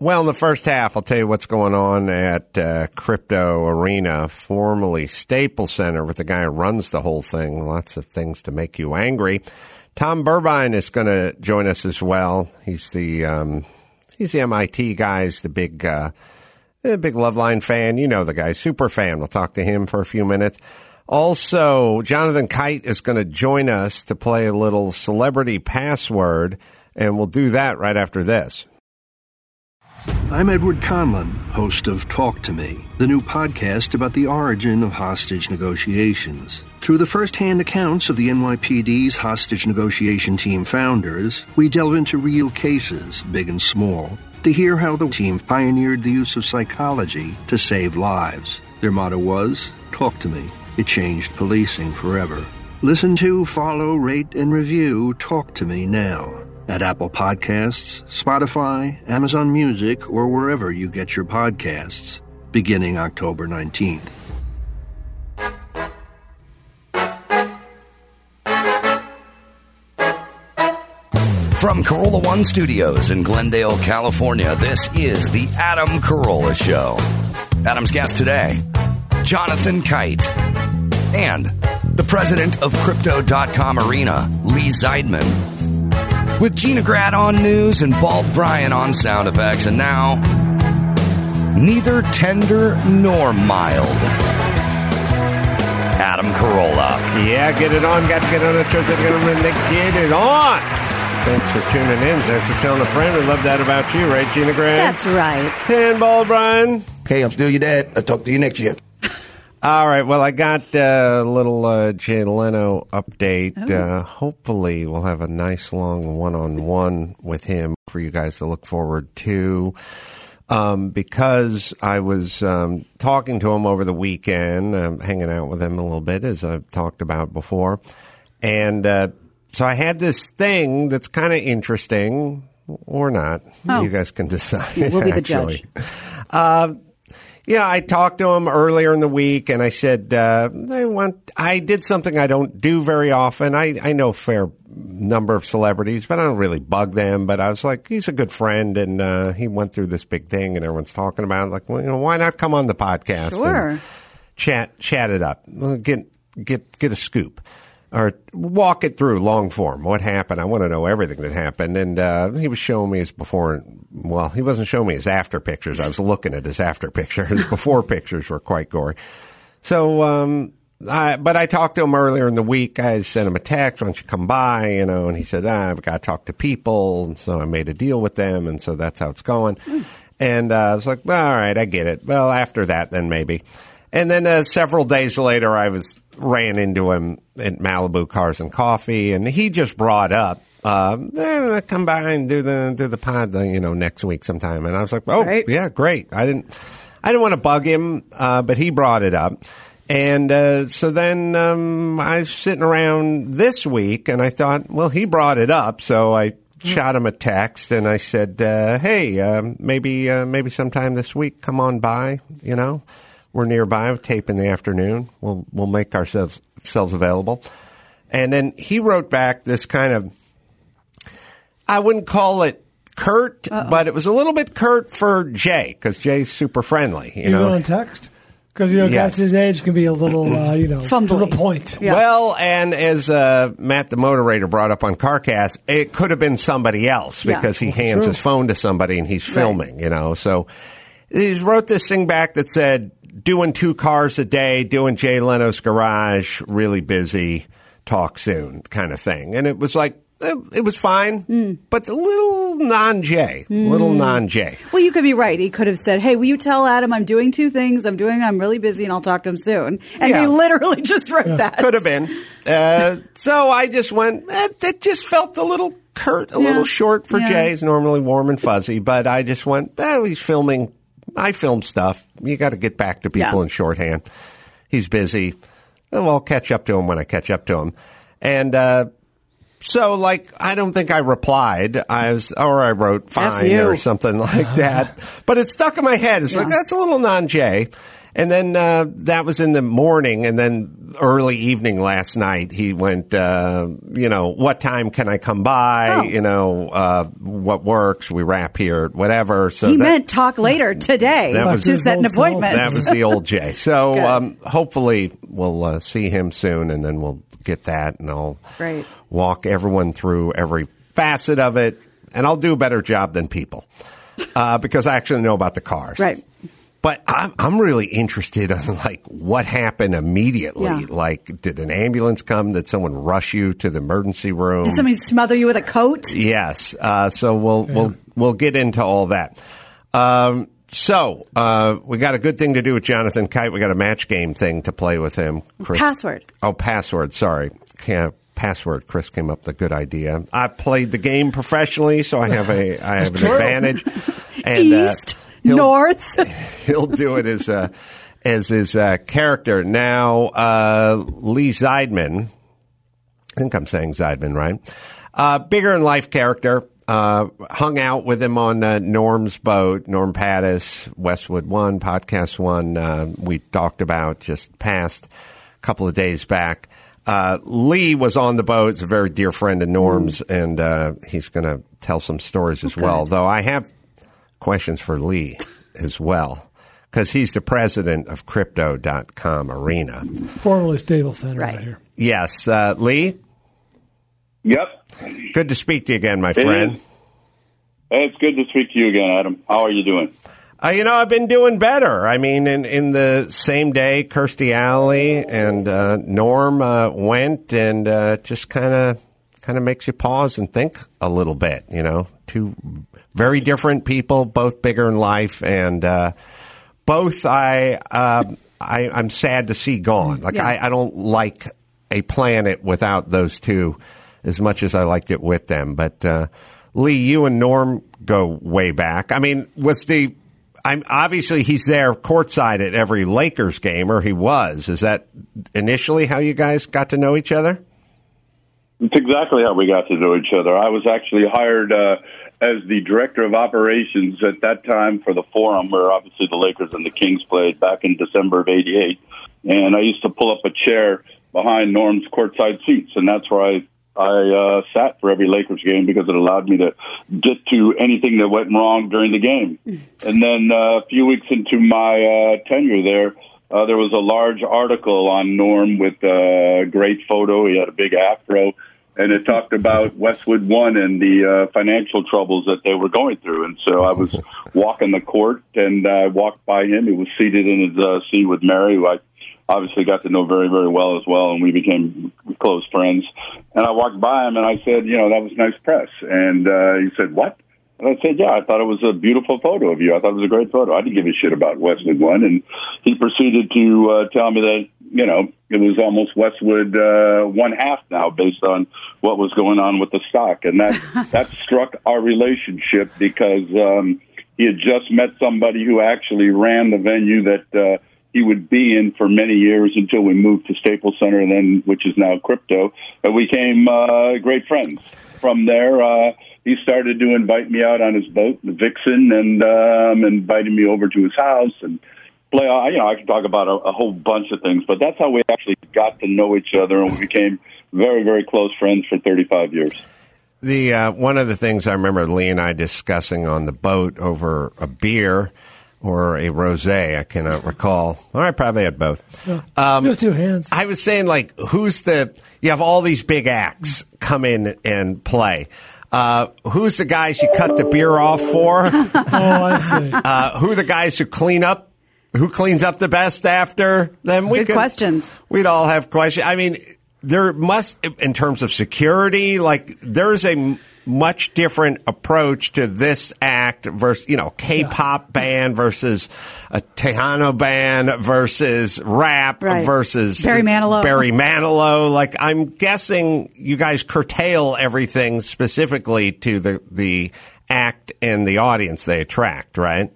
Well, in the first half, I'll tell you what's going on at uh, Crypto Arena, formerly Staples Center, with the guy who runs the whole thing. Lots of things to make you angry. Tom Burbine is going to join us as well. He's the um, he's the MIT guy. He's the big uh, a big Loveline fan. You know the guy, super fan. We'll talk to him for a few minutes. Also, Jonathan Kite is going to join us to play a little celebrity password, and we'll do that right after this. I'm Edward Conlon, host of Talk to Me, the new podcast about the origin of hostage negotiations. Through the first-hand accounts of the NYPD's hostage negotiation team founders, we delve into real cases, big and small, to hear how the team pioneered the use of psychology to save lives. Their motto was, Talk to Me. It changed policing forever. Listen to, follow, rate, and review Talk to Me now at Apple Podcasts, Spotify, Amazon Music, or wherever you get your podcasts, beginning October 19th. From Corolla One Studios in Glendale, California, this is the Adam Carolla Show. Adam's guest today, Jonathan Kite, and the president of Crypto.com Arena, Lee Zeidman, with Gina Grad on news and Bald Bryan on sound effects. And now, neither tender nor mild. Adam Carolla. Yeah, get it on. Got to get on the church. Get it on. Get it on. Thanks for tuning in. Thanks for telling a friend. We love that about you, right, Gina Grant? That's right. Ten ball, Brian. Okay, I'm still your dad. I'll talk to you next year. All right. Well, I got uh, a little uh, Jay Leno update. Oh. Uh, hopefully, we'll have a nice long one-on-one with him for you guys to look forward to. Um, because I was um, talking to him over the weekend, um, hanging out with him a little bit, as I've talked about before, and uh, so I had this thing that's kind of interesting or not. Oh. You guys can decide. We'll be the actually. judge. Yeah, Uh, I talked to him earlier in the week, and I said uh, I want. I did something I don't do very often. I I know a fair number of celebrities, but I don't really bug them. But I was like, he's a good friend, and uh, he went through this big thing, and everyone's talking about. It. Like, well, you know, why not come on the podcast? Sure. and chat chat it up. Get get get a scoop. Or walk it through long form. What happened? I want to know everything that happened. And uh, he was showing me his before. Well, he wasn't showing me his after pictures. I was looking at his after pictures. His before pictures were quite gory. So, um, I, but I talked to him earlier in the week. I sent him a text, why don't you come by, you know, and he said, ah, I've got to talk to people. And so I made a deal with them. And so that's how it's going. And uh, I was like, well, all right, I get it. Well, after that, then maybe. And then uh, several days later, I was ran into him at Malibu Cars and Coffee, and he just brought up, um, eh, come by and do the do the pod, uh, you know, next week sometime. And I was like, oh, Right. yeah, great. I didn't, I didn't want to bug him, uh, but he brought it up. And uh, so then um, I was sitting around this week, and I thought, well, he brought it up, so I shot him a text, and I said, uh, hey, um maybe uh, maybe sometime this week, come on by, you know. We're nearby. We tape in the afternoon. We'll we'll make ourselves ourselves available. And then he wrote back this kind of I wouldn't call it curt, but it was a little bit curt for Jay because Jay's super friendly. You You know, willing to text? Because you know, Yes. guys his age can be a little, uh, you know, to Fumbling. the point. Yeah. Well, and as uh, Matt the moderator brought up on CarCast, it could have been somebody else Yeah. because he hands True. his phone to somebody and he's filming, you know. So he wrote this thing back that said, doing two cars a day, doing Jay Leno's garage, really busy, talk soon kind of thing. And it was like, eh, it was fine, Hmm. but a little non Jay, little non Jay. Well, you could be right. He could have said, "Hey, will you tell Adam I'm doing two things? I'm doing. I'm really busy, and I'll talk to him soon." And Yeah. he literally just wrote that. Could have been. Uh, so I just went, eh, that just felt a little curt, a Yeah. little short for Yeah. Jay. He's normally warm and fuzzy, but I just went, eh, he's filming. I film stuff. You got to get back to people Yeah. in shorthand. He's busy. Well, I'll catch up to him when I catch up to him. And, uh, so like I don't think I replied. I was or I wrote fine you. Uh-huh. or something like that. but it stuck in my head. It's like that's a little non Jay. And then uh, that was in the morning, and then early evening last night, he went, uh, you know, what time can I come by? Oh. You know, uh, what works? We wrap here, whatever. So he that- meant talk later today That was- to set an appointment. that was the old Jay. So Good. um, hopefully we'll uh, see him soon, and then we'll get that, and I'll Great. walk everyone through every facet of it, and I'll do a better job than people uh, because I actually know about the cars, Right. But I'm I'm really interested on like what happened immediately. Yeah. Like, did an ambulance come? Did someone rush you to the emergency room? Did somebody smother you with a coat? Yes. Uh, so we'll we'll we'll get into all that. Um, so uh, we got a good thing to do with Jonathan Kite. We got a match game thing to play with him. Chris. Password. Oh, password. Sorry. Can't. Password. Chris came up with a good idea. I played the game professionally, so I have a I have an advantage. And, uh, East, he'll- north. he'll do it as uh, as his uh, character. Now, uh, Lee Zeidman, I think I'm saying Zeidman, right? Uh, bigger in life character. Uh, hung out with him on uh, Norm's boat, Norm Pattis, Westwood One, Podcast One. Uh, we talked about just past a couple of days back. Uh, Lee was on the boat. It's a very dear friend of Norm's, Mm-hmm. and uh, he's going to tell some stories Oh, as well. Though I have questions for Lee as well, because he's the president of Crypto.com Arena. Formerly Stable Center right, Right. here. Yes, uh, Lee, Yep. good to speak to you again, my It friend. is. Hey, it's good to speak to you again, Adam. How are you doing? Uh, you know, I've been doing better. I mean, in, in the same day, Kirstie Alley and uh, Norm uh, went, and uh, just kind of kind of makes you pause and think a little bit. You know, two very different people, both bigger in life, and uh, both I, uh, I I'm sad to see gone. Like Yeah. I, I don't like a planet without those two as much as I liked it with them. But uh, Lee, you and Norm go way back. I mean, was the I'm obviously he's there courtside at every Lakers game, or he was. Is that initially how you guys got to know each other? It's exactly how we got to know each other. I was actually hired uh, as the director of operations at that time for the Forum, where obviously the Lakers and the Kings played back in December of '88. And I used to pull up a chair behind Norm's courtside seats, and that's where I I uh, sat for every Lakers game because it allowed me to get to anything that went wrong during the game. And then uh, a few weeks into my uh, tenure there, uh, there was a large article on Norm with a great photo. He had a big afro, and it talked about Westwood One and the uh, financial troubles that they were going through. And so I was walking the court, and I walked by him. He was seated in his uh, seat with Mary, who I obviously got to know very, very well as well, and we became close friends. And I walked by him, and I said, "You know, that was nice press." And uh, he said, "What?" And I said, "Yeah, I thought it was a beautiful photo of you. I thought it was a great photo. I didn't give a shit about Westwood One." And he proceeded to uh, tell me that you know it was almost Westwood uh, one half now, based on what was going on with the stock, and that that struck our relationship because um, he had just met somebody who actually ran the venue that. Uh, he would be in for many years until we moved to Staples Center, and then which is now crypto. And we became uh, great friends. From there, uh, he started to invite me out on his boat, the Vixen, and um, invited me over to his house and play. I- You know, I can talk about a, a whole bunch of things, but that's how we actually got to know each other, and we became very, very close friends for 35 years. The uh, one of the things I remember Lee and I discussing on the boat over a beer or a rosé, I cannot recall. Or I probably had both. Um, two hands. I was saying like, who's the? You have all these big acts come in and play. Uh, who's the guys you cut the beer off for? oh, I see. Uh, who are the guys who clean up? Who cleans up the best after them? We Good questions. We'd all have questions. I mean, there must, in terms of security, like there's a m- much different approach to this act versus, you know, K-pop band versus a Tejano band versus rap Right. versus Barry Manilow. Barry Manilow. Like I'm guessing you guys curtail everything specifically to the the act and the audience they attract, right?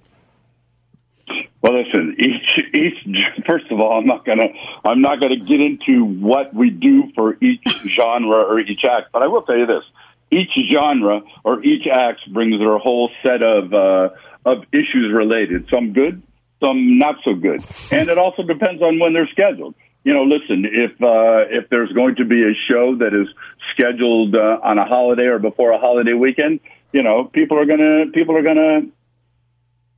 Well, listen. Each, each. First of all, I'm not gonna. I'm not gonna get into what we do for each genre or each act. But I will tell you this: each genre or each act brings their whole set of uh, of issues related. Some good, some not so good. And it also depends on when they're scheduled. You know, listen, if uh, if there's going to be a show that is scheduled uh, on a holiday or before a holiday weekend, you know, people are gonna people are gonna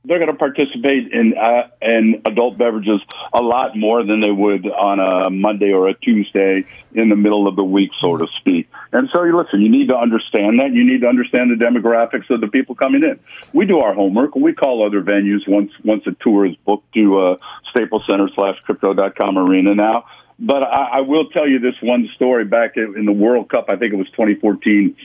they're going to participate in uh, in adult beverages a lot more than they would on a Monday or a Tuesday in the middle of the week, so to speak. And so, you listen, you need to understand that. You need to understand the demographics of the people coming in. We do our homework. We call other venues once once a tour is booked to uh, Staples Center slash Crypto dot com Arena now. But I, I will tell you this one story back in in the World Cup. I think it was 2014.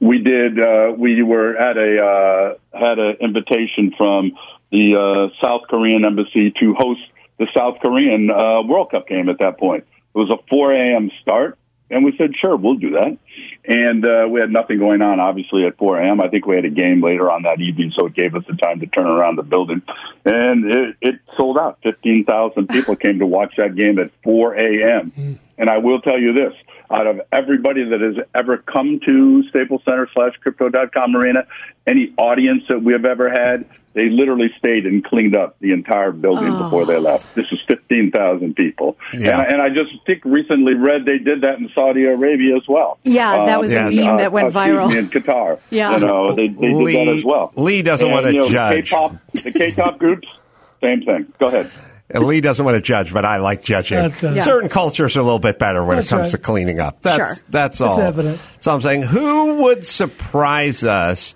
We did. Uh, we were at a uh, had an invitation from the uh, South Korean embassy to host the South Korean uh, World Cup game. At that point, it was a 4 a.m. start, and we said, "Sure, we'll do that." And uh, we had nothing going on, obviously, at 4 a.m. I think we had a game later on that evening, so it gave us the time to turn around the building. And it, it sold out. 15,000 people came to watch that game at 4 a.m. And I will tell you this out of everybody that has ever come to Staples Center slash crypto.com arena, any audience that we have ever had, they literally stayed and cleaned up the entire building Oh. before they left. This is 15,000 people. Yeah. And, I, and I just think recently read they did that in Saudi Arabia as well. Yeah, that was a and, meme that went excuse me, viral. in Qatar. Yeah. You know, they, they did that Lee- as well. Lee doesn't And, wanna you know, judge. The K-pop, the K-pop groups, same thing. Go ahead. And Lee doesn't want to judge, but I like judging. That's, uh, Yeah. Certain cultures are a little bit better when That's it comes right. to cleaning up. That's Sure. that's all. evident. That's all I'm saying. Who would surprise us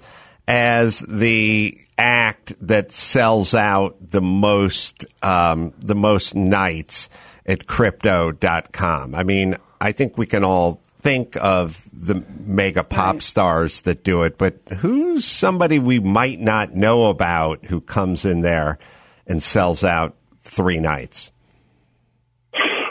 as the act that sells out the most um, the most nights at crypto.com? I mean, I think we can all think of the mega pop stars that do it, but who's somebody we might not know about who comes in there and sells out three nights?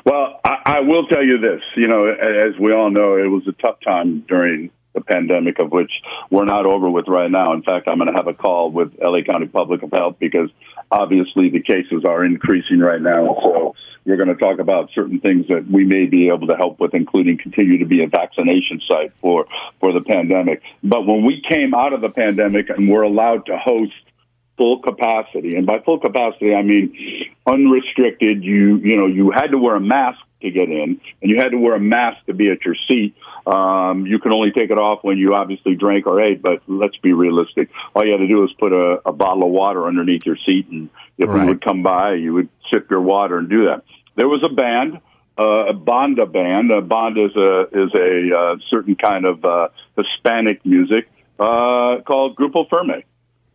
Well, I, I will tell you this. You know, a- as we all know, it was a tough time during the pandemic, of which we're not over with right now. In fact, I'm going to have a call with LA County Public Health because obviously the cases are increasing right now. So we're going to talk about certain things that we may be able to help with, including continue to be a vaccination site for for the pandemic. But when we came out of the pandemic and we're allowed to host full capacity. And by full capacity, I mean unrestricted. You you know you had to wear a mask to get in, and you had to wear a mask to be at your seat. Um, you can only take it off when you obviously drank or ate. But let's be realistic. All you had to do was put a, a bottle of water underneath your seat, and if Right. we would come by, you would sip your water and do that. There was a band. Uh, a banda band. A band is a is a uh, certain kind of uh, Hispanic music uh, called Grupo Firme.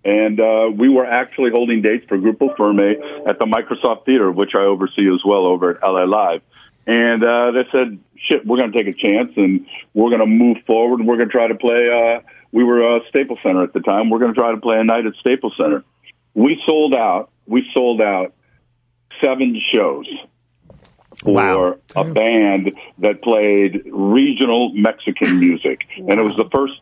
And uh, we were actually holding dates for Grupo Firme at the Microsoft Theater, which I oversee as well over at LA Live. And uh, they said, shit, we're going to take a chance and we're going to move forward. We're going to try to play. Uh, we were uh, Staples Center at the time. We're going to try to play a night at Staples Center. We sold out. We sold out seven shows for Wow. a band that played regional Mexican music. And it was the first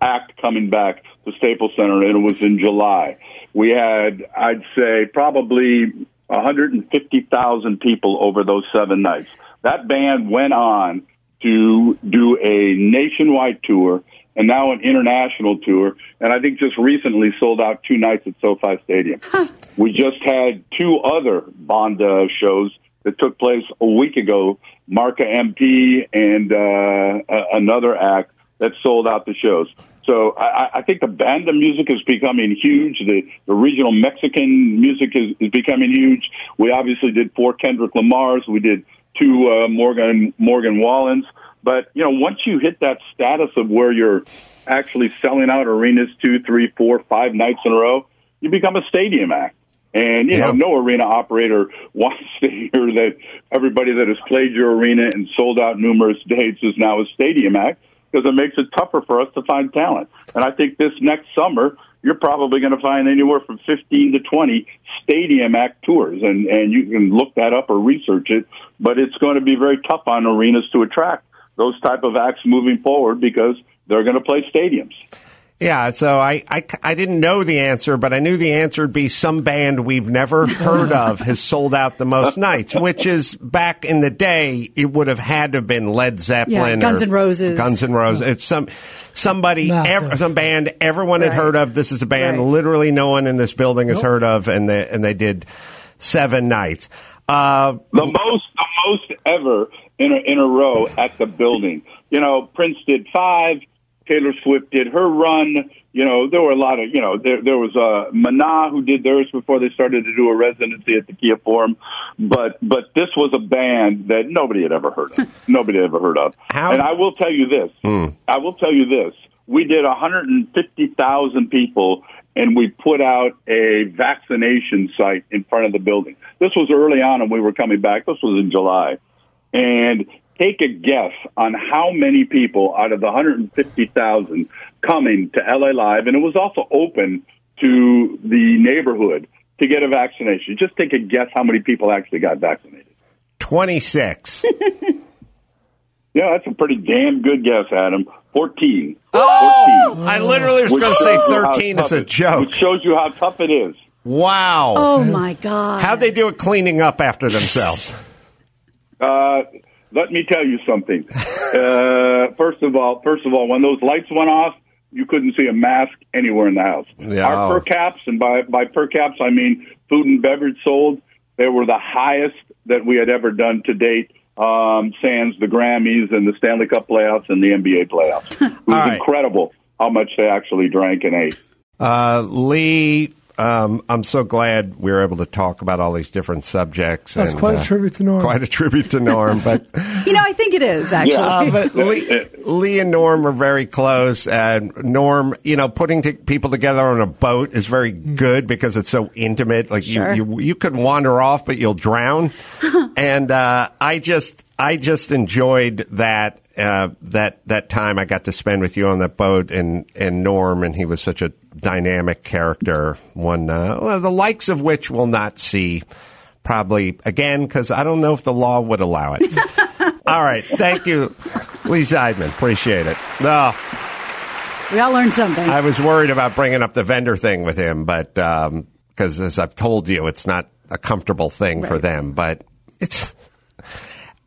act coming back to Staples Center, and it was in July. We had, I'd say, probably 150,000 people over those seven nights. That band went on to do a nationwide tour and now an international tour. And I think just recently sold out two nights at SoFi Stadium. We just had two other Banda shows that took place a week ago. Marca MP and uh, a- another act that sold out the shows. So I, I- I think the banda music is becoming huge. The, the regional Mexican music is, is becoming huge. We obviously did four Kendrick Lamar's. We did two uh, Morgan Morgan Wallens. But you know, once you hit that status of where you're actually selling out arenas two, three, four, five nights in a row, you become a stadium act. And you Yeah. know, no arena operator wants to hear that everybody that has played your arena and sold out numerous dates is now a stadium act because it makes it tougher for us to find talent. And I think this next summer, you're probably going to find anywhere from 15 to 20 stadium act tours, and, and you can look that up or research it. But it's going to be very tough on arenas to attract those type of acts moving forward because they're going to play stadiums. Yeah, so I, I, I didn't know the answer, but I knew the answer would be some band we've never heard of has sold out the most nights, which is back in the day, it would have had to have been Led Zeppelin, Guns or N' Roses. Guns N' Roses. It's some somebody, Massive. ev- some band everyone had Right. heard of. This is a band Right. literally no one in this building has heard of, and they and they did seven nights. Uh, The most, the most ever in a, in a row at the building. You know, Prince did five. Taylor Swift did her run. You know, there were a lot of, you know, there, there was uh, Mana who did theirs before they started to do a residency at the Kia Forum. But, but this was a band that nobody had ever heard of. nobody had ever heard of. How- And I will tell you this. I will tell you this. We did 150,000 people and we put out a vaccination site in front of the building. This was early on and we were coming back. This was in July. And take a guess on how many people out of the 150,000 coming to LA Live. And it was also open to the neighborhood to get a vaccination. Just take a guess how many people actually got vaccinated. 26. Yeah, that's a pretty damn good guess, Adam. 14. Oh! 14. I literally was Which going to say shows you how 13 as tough a it- joke. Which shows you how tough it is. Wow. Oh my god! How'd they do it cleaning up after themselves? Uh, let me tell you something. uh, first of all, first of all, when those lights went off, you couldn't see a mask anywhere in the house. Yeah. Our per caps, and by by per caps I mean food and beverage sold, they were the highest that we had ever done to date. Um, sans the Grammys and the Stanley Cup playoffs and the NBA playoffs. It was right. incredible how much they actually drank and ate. Uh, Lee, um, I'm so glad we were able to talk about all these different subjects. That's and, quite uh, a tribute to Norm. Quite a tribute to Norm, but you know, I think it is actually. Uh, but Lee, Lee and Norm are very close. And Norm, you know, putting t- people together on a boat is very good because it's so intimate. Like Hmm. Sure. you, you, you could wander off, but you'll drown. and uh, I just, I just enjoyed that. Uh, that that time I got to spend with you on that boat and and Norm and he was such a dynamic character one uh, well, the likes of which we'll not see probably again because I don't know if the law would allow it. All right. Thank you, Lee Zeidman. Appreciate it. No, we all learned something. I was worried about bringing up the vendor thing with him, but because as I've told you, it's not a comfortable thing for them. But it's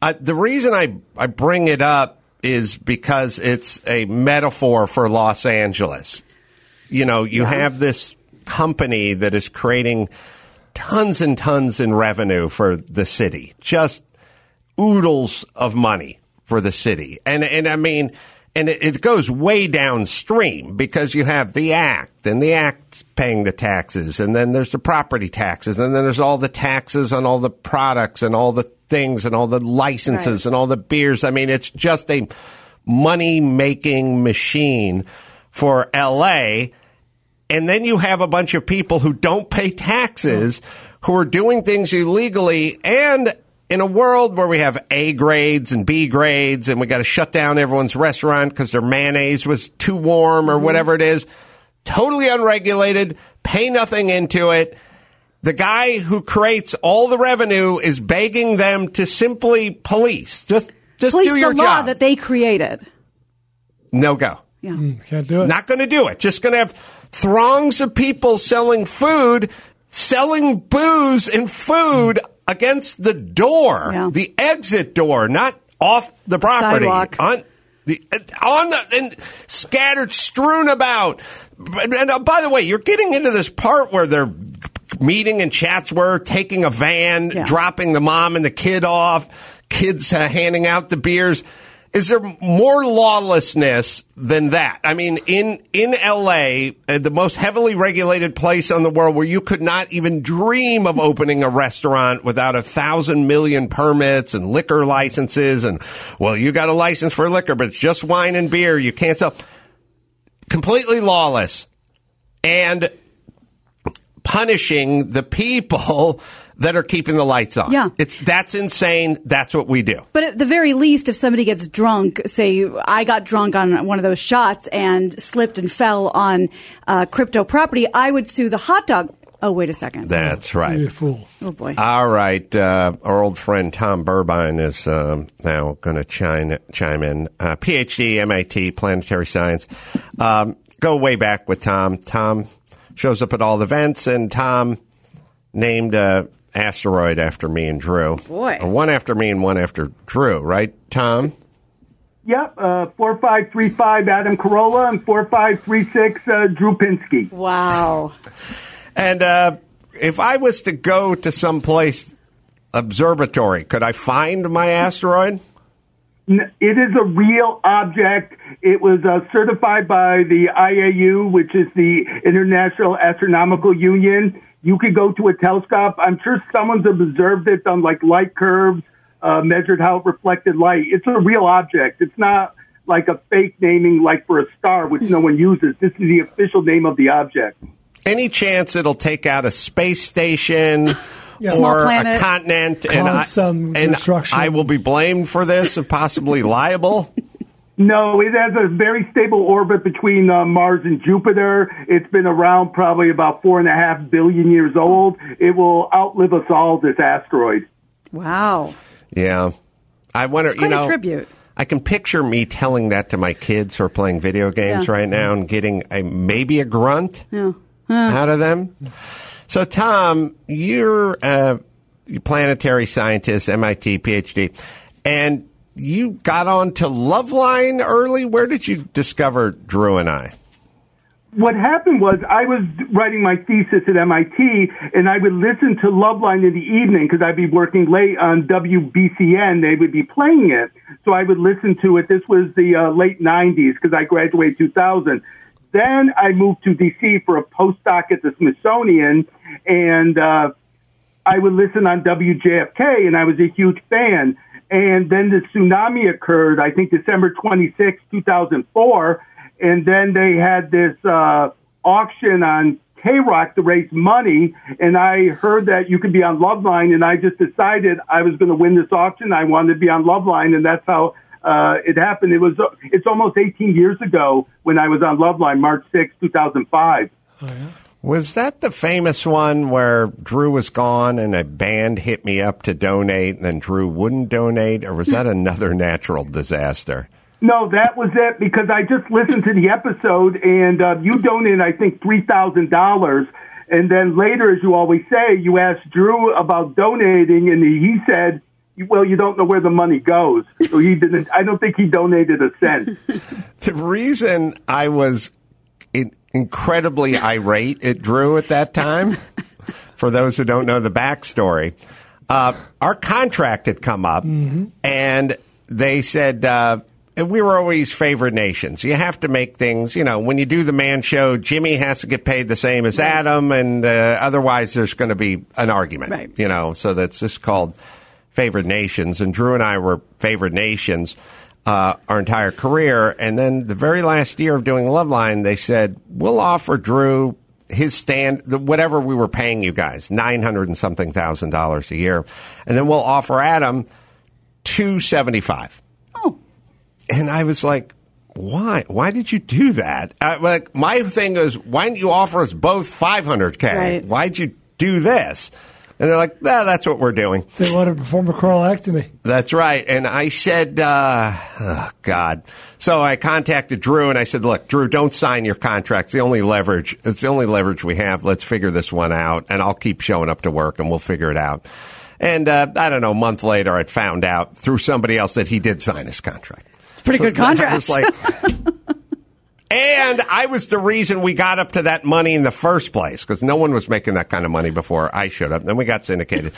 uh, the reason I, I bring it up is because it's a metaphor for Los Angeles. You know, you have this company that is creating tons and tons in revenue for the city, just oodles of money for the city. And and I mean, and it, it goes way downstream because you have the act and the act paying the taxes, and then there's the property taxes, and then there's all the taxes on all the products and all the things and all the licenses Right. and all the beers. I mean, it's just a money making machine for LA. And then you have a bunch of people who don't pay taxes, who are doing things illegally. And in a world where we have A grades and B grades, and we got to shut down everyone's restaurant because their mayonnaise was too warm or whatever it is, totally unregulated, pay nothing into it. The guy who creates all the revenue is begging them to simply police. Just, just Police do your the law job. that they created. no go. Yeah. Mm, Can't do it. Not going to do it. Just going to have throngs of people selling food, selling booze and food against the door, Yeah. the exit door, not off the property. Sidewalk. On the on the and scattered, strewn about. And, and, uh, by the way, you're getting into this part where they're meeting in Chatsworth, taking a van, Yeah. dropping the mom and the kid off, kids uh, handing out the beers. Is there more lawlessness than that? I mean, in in LA, uh, the most heavily regulated place on the world, where you could not even dream of opening a restaurant without a thousand million permits and liquor licenses, and well, you got a license for liquor, but it's just wine and beer. You can't sell. Completely lawless, and punishing the people that are keeping the lights on. Yeah. It's that's insane. That's what we do. But at the very least, if somebody gets drunk, say I got drunk on one of those shots and slipped and fell on uh, crypto property, I would sue the hot dog. Oh, wait a second. That's right. You fool. oh, boy. All right, uh, our old friend Tom Burbine is um, now going to chime chime in. Uh, PhD, MIT, planetary science. Um, go way back with Tom. Tom shows up at all the events, and Tom named a asteroid after me and Drew. Boy. Or one after me and one after Drew, right, Tom? Yep, uh, 4535 Adam Carolla and 4536 uh, Drew Pinsky. wow. And uh, if I was to go to someplace observatory, could I find my asteroid? N- It is a real object. It was uh, certified by the IAU, which is the International Astronomical Union. You could go to a telescope. I'm sure someone's observed it, done like light curves, uh, measured how it reflected light. It's a real object. It's not like a fake naming, like for a star, which no one uses. This is the official name of the object. Any chance it'll take out a space station Small or a planet. continent, and Cause I, some and destruction. I will be blamed for this and possibly liable? No, it has a very stable orbit between uh, Mars and Jupiter. It's been around probably about four and a half billion years old. It will outlive us all, this asteroid. Wow. Yeah, I wonder. It's quite you know, a tribute. I can picture me telling that to my kids who are playing video games Yeah. right now and getting a maybe a grunt Yeah. Uh. out of them. So, Tom, you're a planetary scientist, MIT PhD, and you got on to Loveline early. Where did you discover Drew and I? what happened was I was writing my thesis at MIT, and I would listen to Loveline in the evening because I'd be working late on WBCN. They would be playing it, so I would listen to it. This was the uh, late '90s because I graduated 2000. Then I moved to DC for a postdoc at the Smithsonian, and uh, I would listen on WJFK, and I was a huge fan. And then the tsunami occurred, I think December 26, 2004. And then they had this uh, auction on K Rock to raise money. And I heard that you could be on Loveline, and I just decided I was going to win this auction. I wanted to be on Loveline, and that's how. Uh, it happened. It was. It's almost 18 years ago when I was on Loveline, March 6, 2005. Was that the famous one where Drew was gone and a band hit me up to donate and then Drew wouldn't donate? Or was that another natural disaster? No, that was it because I just listened to the episode and uh, you donated, I think, $3,000. And then later, as you always say, you asked Drew about donating and he said, well, you don't know where the money goes. So he didn't, I don't think he donated a cent. The reason I was in- incredibly irate at Drew at that time, for those who don't know the backstory, uh, our contract had come up, and they said uh, and we were always favored nations. You have to make things, you know, when you do the man show, Jimmy has to get paid the same as Adam, and uh, otherwise there's going to be an argument, Right. you know. So that's just called favored nations, and Drew and I were favored nations uh, our entire career. And then the very last year of doing Loveline, they said we'll offer Drew his stand, the, whatever we were paying you guys, nine hundred and something thousand dollars a year, and then we'll offer Adam two seventy five. Oh. And I was like, why? Why did you do that? Uh, like my thing is, why didn't you offer us both five hundred k? Right. Why'd you do this? And they're like, no, that's what we're doing. They want to perform a corollactomy. That's right. And I said, uh, oh, God. So I contacted Drew and I said, look, Drew, don't sign your contract. It's the only leverage. It's the only leverage we have. Let's figure this one out and I'll keep showing up to work and we'll figure it out. And, uh, I don't know, a month later, I'd found out through somebody else that he did sign his contract. It's a pretty good I contract. was like, and I was the reason we got up to that money in the first place because no one was making that kind of money before I showed up. Then we got syndicated.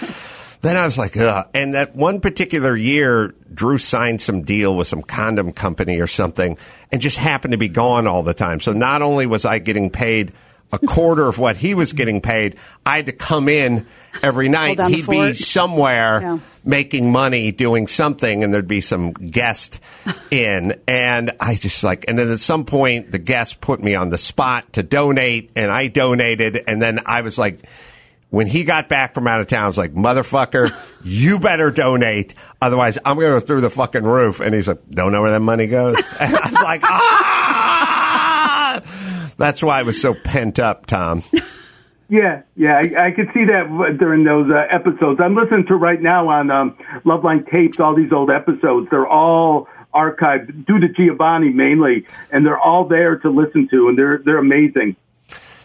then I was like, Ugh. and that one particular year, Drew signed some deal with some condom company or something and just happened to be gone all the time. So not only was I getting paid a quarter of what he was getting paid, I had to come in every night. down the He'd be fort. somewhere Yeah. making money doing something and there'd be some guest in and i just like and then at some point the guest put me on the spot to donate and i donated and then i was like when he got back from out of town, I was like, motherfucker, you better donate. Otherwise, I'm going to go through the fucking roof. And he's like, don't know where that money goes. And I was like, ah! That's why I was so pent up, Tom. Yeah, yeah, I, I could see that w- during those uh, episodes. I'm listening to right now on um, Loveline tapes all these old episodes. They're all archived due to Giovanni mainly, and they're all there to listen to, and they're they're amazing.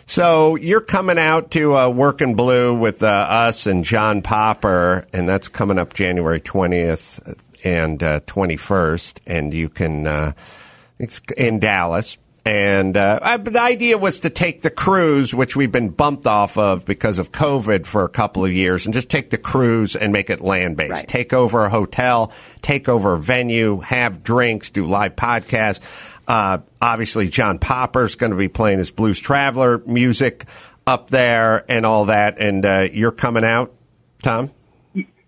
So you're coming out to uh, Work in Blue with uh, us and John Popper, and that's coming up January 20th and uh, 21st, and you can uh, it's in Dallas. And uh, I, but the idea was to take the cruise, which we've been bumped off of because of COVID for a couple of years, and just take the cruise and make it land based. Right. Take over a hotel, take over a venue, have drinks, do live podcasts. Uh, obviously, John Popper's going to be playing his Blues Traveler music up there and all that. And uh, you're coming out, Tom?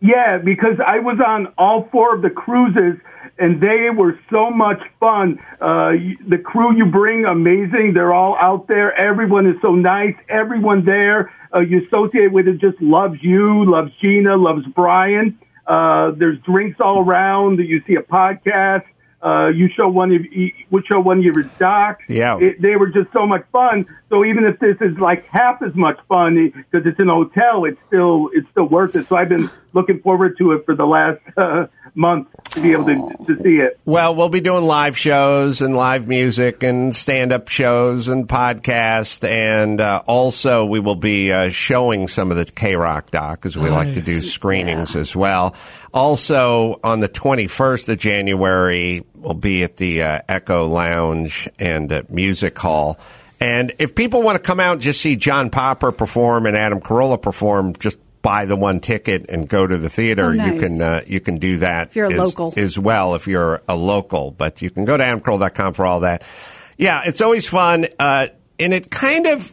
Yeah, because I was on all four of the cruises, and they were so much fun. Uh, y- the crew you bring, amazing. They're all out there. Everyone is so nice. Everyone there uh, you associate with it just loves you, loves Gina, loves Brian. Uh, there's drinks all around. You see a podcast. Uh, you show one of you show one of your docs. Yeah. It- they were just so much fun. So even if this is like half as much fun because it's an hotel, it's still it's still worth it. So I've been looking forward to it for the last uh, month to be able to to see it. Well, we'll be doing live shows and live music and stand up shows and podcasts. And uh, also, we will be uh, showing some of the K Rock doc as we like to do screenings as well. Also, on the 21st of January, we'll be at the uh, Echo Lounge and uh, Music Hall. And if people want to come out and just see John Popper perform and Adam Carolla perform, just buy the one ticket and go to the theater. Oh, You nice. can uh, you can do that If you're a is- local. as well if you're a local. But you can go to amcroll.com for all that. Yeah, it's always fun. Uh, and it kind of,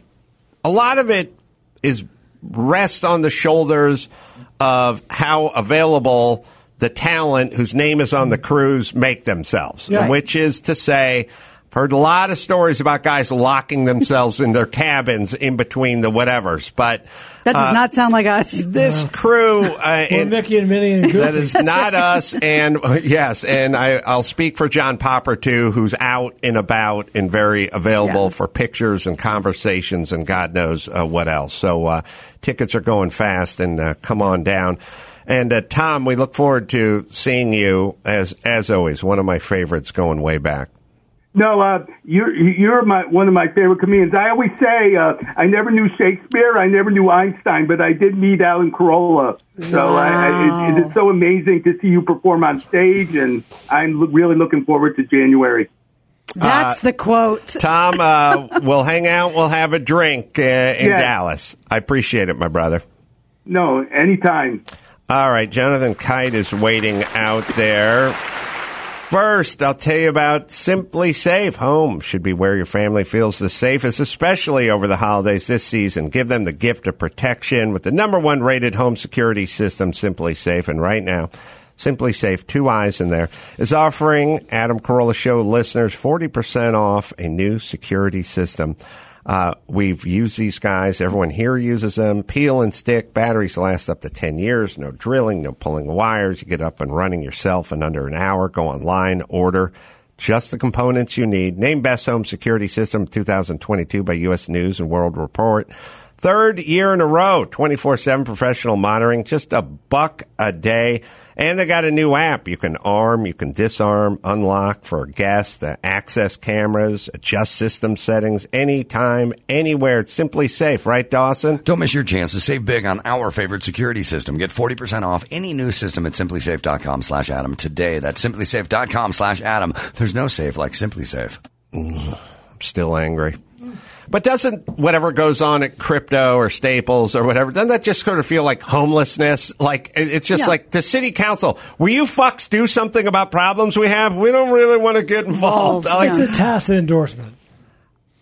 a lot of it is rests on the shoulders of how available the talent whose name is on the cruise make themselves, Yeah. which is to say, I've heard a lot of stories about guys locking themselves in their cabins in between the whatevers, but That does not sound like us. Uh, this crew, uh, Well, and- Mickey and Minnie and that Goofy. is not us. And yes, and I, I'll speak for John Popper too, who's out and about and very available Yeah. for pictures and conversations and God knows uh, what else. So uh, tickets are going fast, and uh, come on down. And uh, Tom, we look forward to seeing you as as always. One of my favorites going way back. No, uh, you're you're my one of my favorite comedians. I always say uh, I never knew Shakespeare, I never knew Einstein, but I did meet Alan Carolla. So I, I, it, it's so amazing to see you perform on stage, and I'm lo- really looking forward to January. That's the quote. Uh, Tom, uh, we'll hang out. We'll have a drink uh, in Yeah. Dallas. I appreciate it, my brother. No, anytime. All right, Jonathan Kite is waiting out there. First, I'll tell you about Simply Safe. Home should be where your family feels the safest, especially over the holidays this season. Give them the gift of protection with the number one rated home security system, Simply Safe. And right now, Simply Safe, two eyes in there, is offering Adam Carolla Show listeners 40% off a new security system. Uh, we've used these guys. Everyone here uses them. Peel and stick. Batteries last up to 10 years. No drilling, no pulling wires. You get up and running yourself in under an hour. Go online, order just the components you need. Named Best Home Security System 2022 by U.S. News and World Report. Third year in a row, 24 7 professional monitoring, just a buck a day. And they got a new app. You can arm, you can disarm, unlock for guests, uh, access cameras, adjust system settings anytime, anywhere. It's simply safe, right, Dawson? Don't miss your chance to save big on our favorite security system. Get 40% off any new system at simplysafe.com slash Adam today. That's simplysafe.com slash Adam. There's no safe like Simply Safe. still angry. But doesn't whatever goes on at crypto or Staples or whatever, doesn't that just sort of feel like homelessness? Like it- it's just Yeah. like the city council. Will you fucks do something about problems we have? We don't really want to get involved. Involved, Like, It's a tacit endorsement.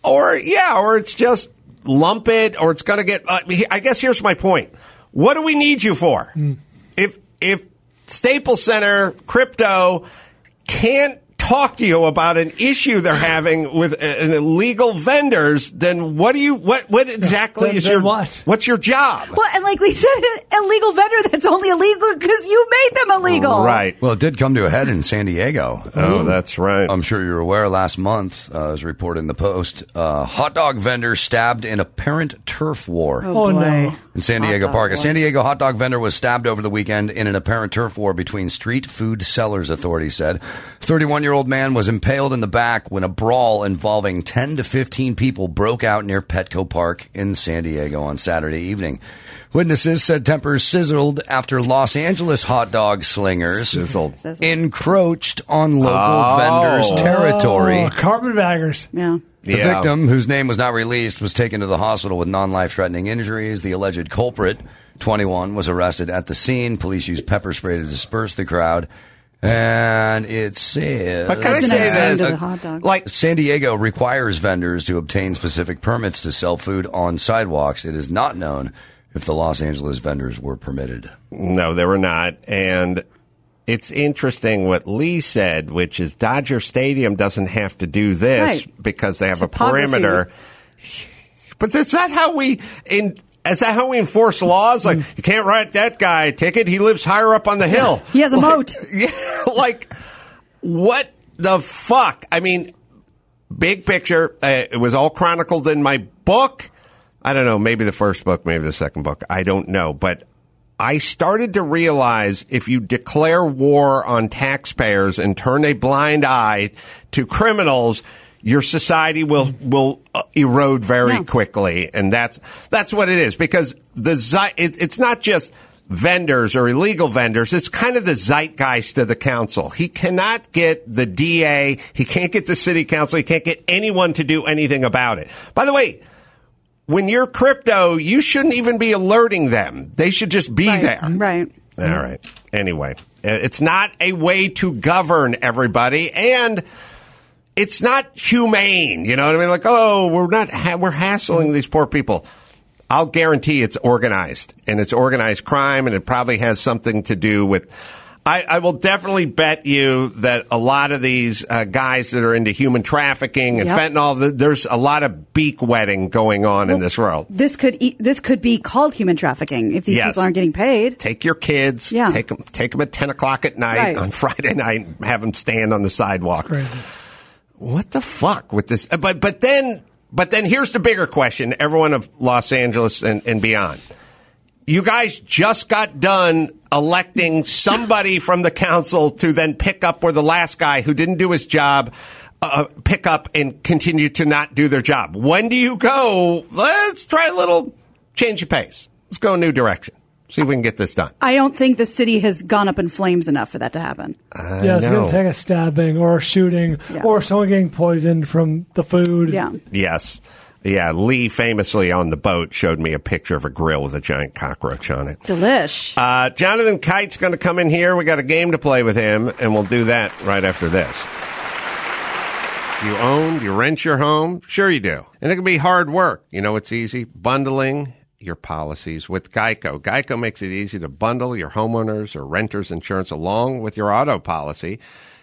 or yeah, or it's just lump it, or it's going to get. Uh, he- I guess here's my point. What do we need you for? Mm. If if Staples Center crypto can't talk to you about an issue they're having with uh, an illegal vendors, then what do you what what exactly then- is then your what? what's your job? Well, and like we said, illegal vendor that's only illegal because you made them illegal. Well, it did come to a head in San Diego. Mm-hmm. Oh, that's right. I'm sure you're aware last month, uh, as reported in the Post, uh, hot dog vendor stabbed in apparent turf war. Oh, no. in San Diego Park. A San Diego hot dog vendor was stabbed over the weekend in an apparent turf war between street food sellers, authorities said. 31 year old man was impaled in the back when a brawl involving 10 to 15 people broke out near Petco Park in San Diego on Saturday evening. Witnesses said tempers sizzled after Los Angeles hot dog slingers Sizzled. encroached on local vendors' territory. Oh, carpetbaggers. Yeah. The Yeah. victim, whose name was not released, was taken to the hospital with non life threatening injuries. The alleged culprit, 21, was arrested at the scene. Police used pepper spray to disperse the crowd. And it says. But can I That's an say exception this? to the hot dog. Like, San Diego requires vendors to obtain specific permits to sell food on sidewalks. It is not known if the Los Angeles vendors were permitted. No, they were not. And it's interesting what Lee said, which is Dodger Stadium doesn't have to do this Right. because they have Topography. a perimeter. But is that how we in? Is that how we enforce laws? Like you can't write that guy a ticket. He lives higher up on the hill. He has a moat. Yeah, like what the fuck? I mean, big picture. Uh, it was all chronicled in my book. I don't know, maybe the first book, maybe the second book. I don't know, but I started to realize if you declare war on taxpayers and turn a blind eye to criminals, your society will will uh, erode very Yeah. quickly, and that's that's what it is because the zei- it, it's not just vendors or illegal vendors. It's kind of the zeitgeist of the council. He cannot get the DA, he can't get the city council, he can't get anyone to do anything about it. By the way, when you're crypto, you shouldn't even be alerting them. They should just be Right, there. right. All right. Anyway, uh, it's not a way to govern everybody and it's not humane, you know what I mean? Like, oh, we're not ha- we're hassling these poor people. I'll guarantee it's organized and it's organized crime and it probably has something to do with I, I will definitely bet you that a lot of these uh, guys that are into human trafficking and Yep. fentanyl, th- there's a lot of beak wetting going on in this world. This could e- this could be called human trafficking if these Yes. people aren't getting paid. Take your kids. Yeah. Take them. at ten o'clock at night Right. on Friday night. and Have them stand on the sidewalk. What the fuck with this? uh, But but then but then here's the bigger question. Everyone of Los Angeles and, and beyond. You guys just got done electing somebody from the council to then pick up where the last guy who didn't do his job. Uh, pick up and continue to not do their job. When do you go? Let's try a little change of pace. Let's go a new direction. See if we can get this done. I don't think the city has gone up in flames enough for that to happen. yeah, it's know. going to take a stabbing or a shooting Yeah. or someone getting poisoned from the food. yeah. Yes. Yeah, Lee famously on the boat showed me a picture of a grill with a giant cockroach on it. Delish. Uh, Jonathan Kite's going to come in here. We got a game to play with him, and we'll do that right after this. You own, you rent your home? Sure, you do. And it can be hard work. You know, it's easy bundling your policies with Geico. Geico makes it easy to bundle your homeowners or renters insurance along with your auto policy.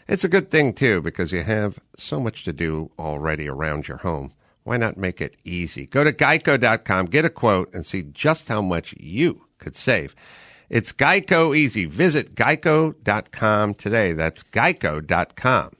It's a good thing, too, because you have so much to do already around your home. Why not make it easy? Go to geico.com, get a quote, and see just how much you could save. It's Geico Easy. Visit geico.com today. That's geico.com.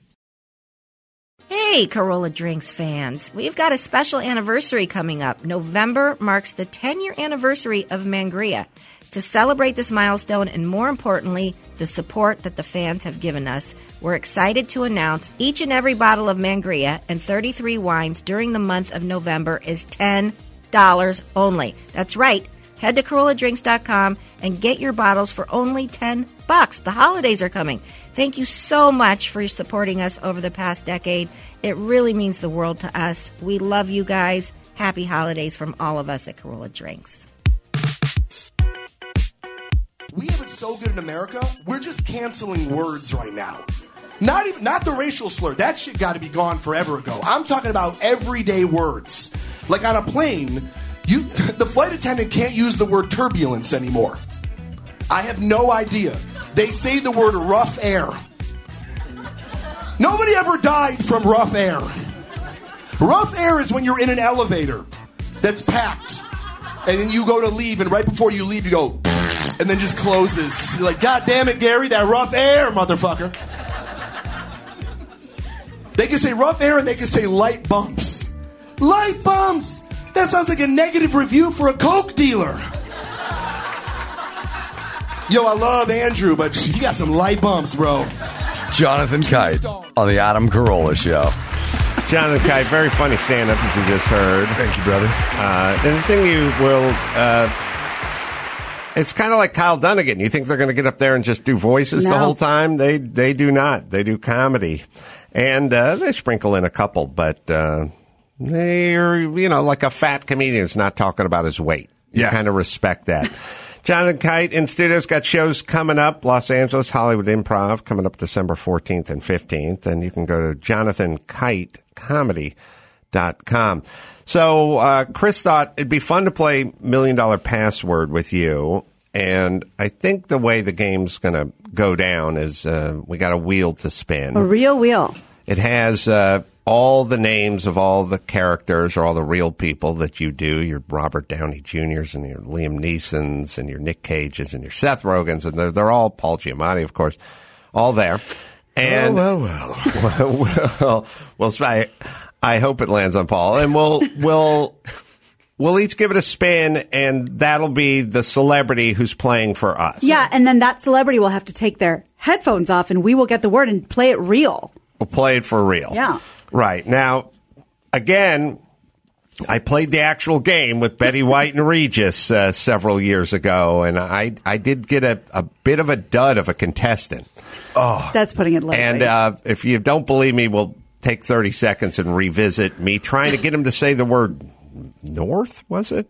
Hey, Corolla Drinks fans. We've got a special anniversary coming up. November marks the 10 year anniversary of Mangria. To celebrate this milestone and more importantly, the support that the fans have given us, we're excited to announce each and every bottle of Mangria and 33 wines during the month of November is $10 only. That's right. Head to CorollaDrinks.com and get your bottles for only 10 bucks. The holidays are coming. Thank you so much for supporting us over the past decade. It really means the world to us. We love you guys. Happy holidays from all of us at Corolla Drinks. We have it so good in America, we're just canceling words right now. Not even not the racial slur. That shit got to be gone forever ago. I'm talking about everyday words. Like on a plane, you the flight attendant can't use the word turbulence anymore. I have no idea. They say the word rough air. Nobody ever died from rough air. Rough air is when you're in an elevator that's packed, and then you go to leave, and right before you leave, you go, and then just closes. You're like, God damn it, Gary, that rough air, motherfucker. They can say rough air and they can say light bumps. Light bumps! That sounds like a negative review for a Coke dealer. Yo, I love Andrew, but he got some light bumps, bro. Jonathan Kite on the Adam Carolla Show. Jonathan Kite, very funny stand up as you just heard. Thank you, brother. Uh, and the thing you will, uh, it's kind of like Kyle Dunnigan. You think they're going to get up there and just do voices the No. whole time? They they do not. They do comedy, and uh, they sprinkle in a couple, but uh, They're, you know, like a fat comedian's not talking about his weight. You Yeah. kind of respect that. Jonathan Kite in studios got shows coming up. Los Angeles Hollywood Improv coming up December 14th and 15th. And you can go to jonathankitecomedy.com. So, uh, Chris thought it'd be fun to play Million Dollar Password with you. And I think the way the game's going to go down is uh, we got a wheel to spin. A real wheel. It has uh, all the names of all the characters or all the real people that you do. Your Robert Downey Juniors and your Liam Neesons and your Nick Cages and your Seth Rogans and they're they're all Paul Giamatti, of course, all there. And Well, well, well, well, well, I, I hope it lands on Paul, and we'll we'll we'll each give it a spin, and that'll be the celebrity who's playing for us. Yeah, and then that celebrity will have to take their headphones off, and we will get the word and play it real. We'll play it for real. Yeah. Right. Now, again, I played the actual game with Betty White and Regis uh, several years ago, and I, I did get a, a bit of a dud of a contestant. That's putting it lightly. And uh, if you don't believe me, we'll take 30 seconds and revisit me trying to get him to say the word north, was it?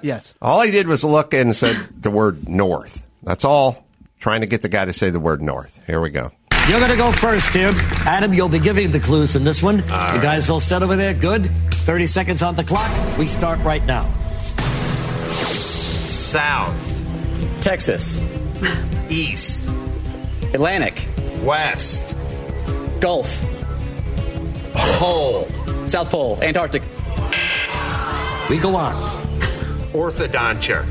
Yes. All I did was look and said the word north. That's all. Trying to get the guy to say the word north. Here we go. You're going to go first here. Adam, you'll be giving the clues in this one. you guys all set over there? Good. 30 seconds on the clock. We start right now. South, Texas. east, Atlantic. west, Gulf. whole, South Pole. Antarctic. We go on. orthodonture.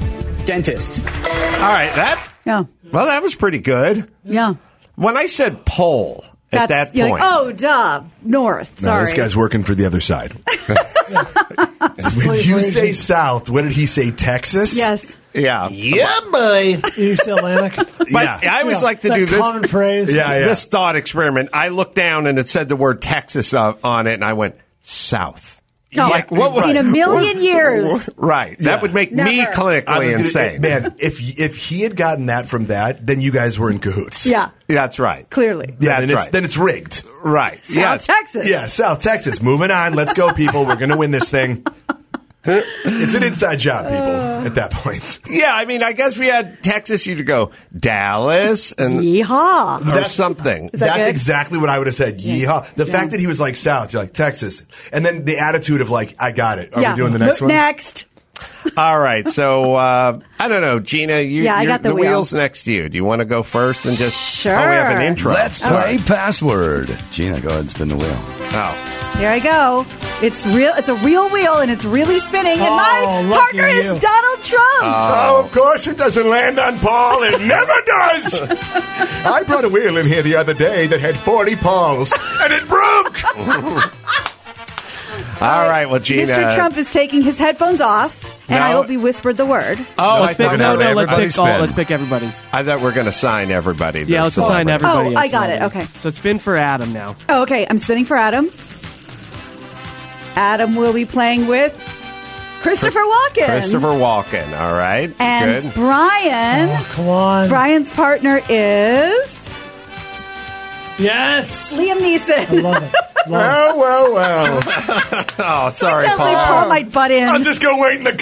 Dentist. All right. That, yeah, well, that was pretty good. yeah. When I said poll at that you're point, Like, oh, duh, north. No, Sorry. this guy's working for the other side. when you say South, what did he say? Texas? yes. yeah, Yeah, boy. East Atlantic. But Yeah. I always Yeah, like to that do this common phrase. Yeah, yeah. This thought experiment. I looked down and it said the word Texas on on it, and I went South. Oh, in a million years. Right. Yeah. That would make me Never. clinically I was gonna- insane. man, if if he had gotten that from that, then you guys were in cahoots. Yeah, That's right. clearly. Yeah, That's then it's, right. then it's rigged. Right. South Texas. Yeah, South Texas. Moving on. Let's go, people. We're going to win this thing. It's an inside job, people, at that point. Yeah. I mean, I guess we had Texas. You'd go Dallas and Yeehaw. or something. that That's good? exactly what I would have said. Yeehaw. The fact that he was like South, you're like Texas. And then the attitude of like, I got it. Are yeah. we doing the next one? Next. All right. So uh, I don't know, Gina. You, Yeah, I you're- got the wheel. wheels next to you. Do you want to go first and just? Oh, we have Sure. an intro. Let's play password. Gina, go ahead and spin the wheel. Oh. Here I go. It's real. It's a real wheel, and it's really spinning. And Oh, my lucky partner you. is Donald Trump. Oh, of course it doesn't land on Paul. It never does. I brought a wheel in here the other day that had 40 Pauls, and it broke. All right. Well, Gina. Mr. Trump is taking his headphones off, and No. I hope he whispered the word. Oh, I let's pick, thought, no, no, let's everybody's pick, all, been. let's pick everybody's. I thought we were going to sign everybody. Yeah, let's that's assign celebrating. everybody. Oh, a I got it. celebrity. Okay. So it's been for Adam now. Oh, okay, I'm spinning for Adam. Adam will be playing with Christopher Walken. Christopher Walken. All right. and Good. Brian. Oh, come on. Brian's partner is Yes. Liam Neeson. Love it. Love Well, well, well. Oh, sorry, Tells me Paul. Paul might butt in. I'll just go wait in the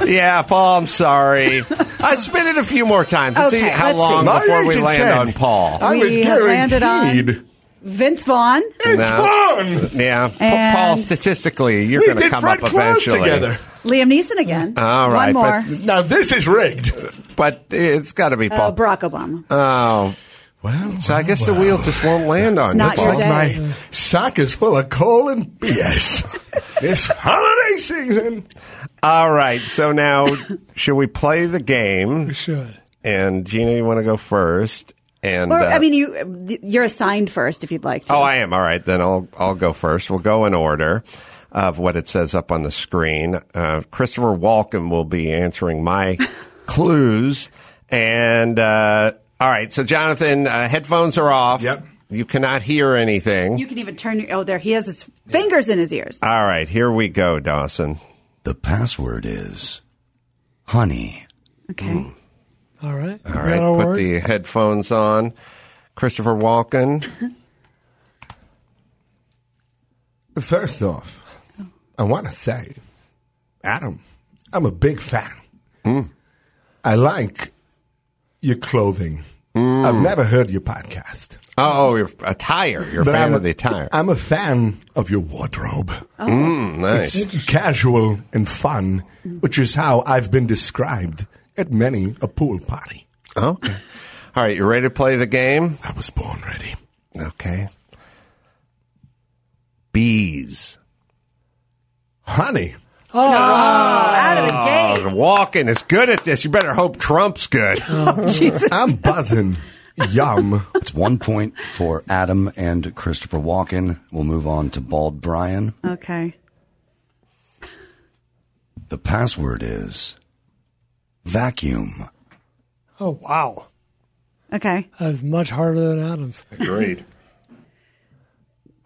car. Yeah, Paul, I'm sorry. I spin it a few more times. Let's see Okay, how let's long see. My before we agent land said- on Paul. I We was have landed on- guaranteed. Vince Vaughn. It's No. one. Yeah, Pa- And- Paul. Statistically, you're We going to did come Fred up Claus eventually. together. Liam Neeson again. All One right, more. but- Now, this is rigged. But it's got to be Uh, Paul. Barack Obama. oh, Well, so I guess the wheel just won't land on. not you, your Paul. day. My sock is full of coal and BS. this holiday season. All right. So now, should we play the game? it. Should. And Gina, you want to go first? And or uh, I mean, you you're assigned first if you'd like. To. Oh, I am. All right. Then I'll, I'll go first. We'll go in order of what it says up on the screen. Uh, Christopher Walken will be answering my clues. And, uh, all right. So, Jonathan, uh, headphones are off. Yep. You cannot hear anything. You can even turn. your- Oh, there he has his fingers in his ears. all right. Here we go, Dawson. The password is honey. Okay. All right. All right. Put word. the headphones on. Christopher Walken. First off, I want to say, Adam, I'm a big fan. Mm. I like your clothing. Mm. I've never heard your podcast. Oh, your attire. You're a But fan I'm of the attire. I'm a fan of your wardrobe. Oh. Mm, nice. It's casual and fun, which is how I've been described at many a pool party. Oh. All right, you ready to play the game? I was born ready. Okay. Bees. Honey. Oh, Uh, Ah. out of Ah, the gate. Walking is good at this. You better hope Trump's good. Oh, Oh, I'm buzzing. Yum. It's one point for Adam and Christopher Walken. We'll move on to Bald Brian. Okay. The password is vacuum. Oh, wow. Okay. That is much harder than Adam's. Agreed.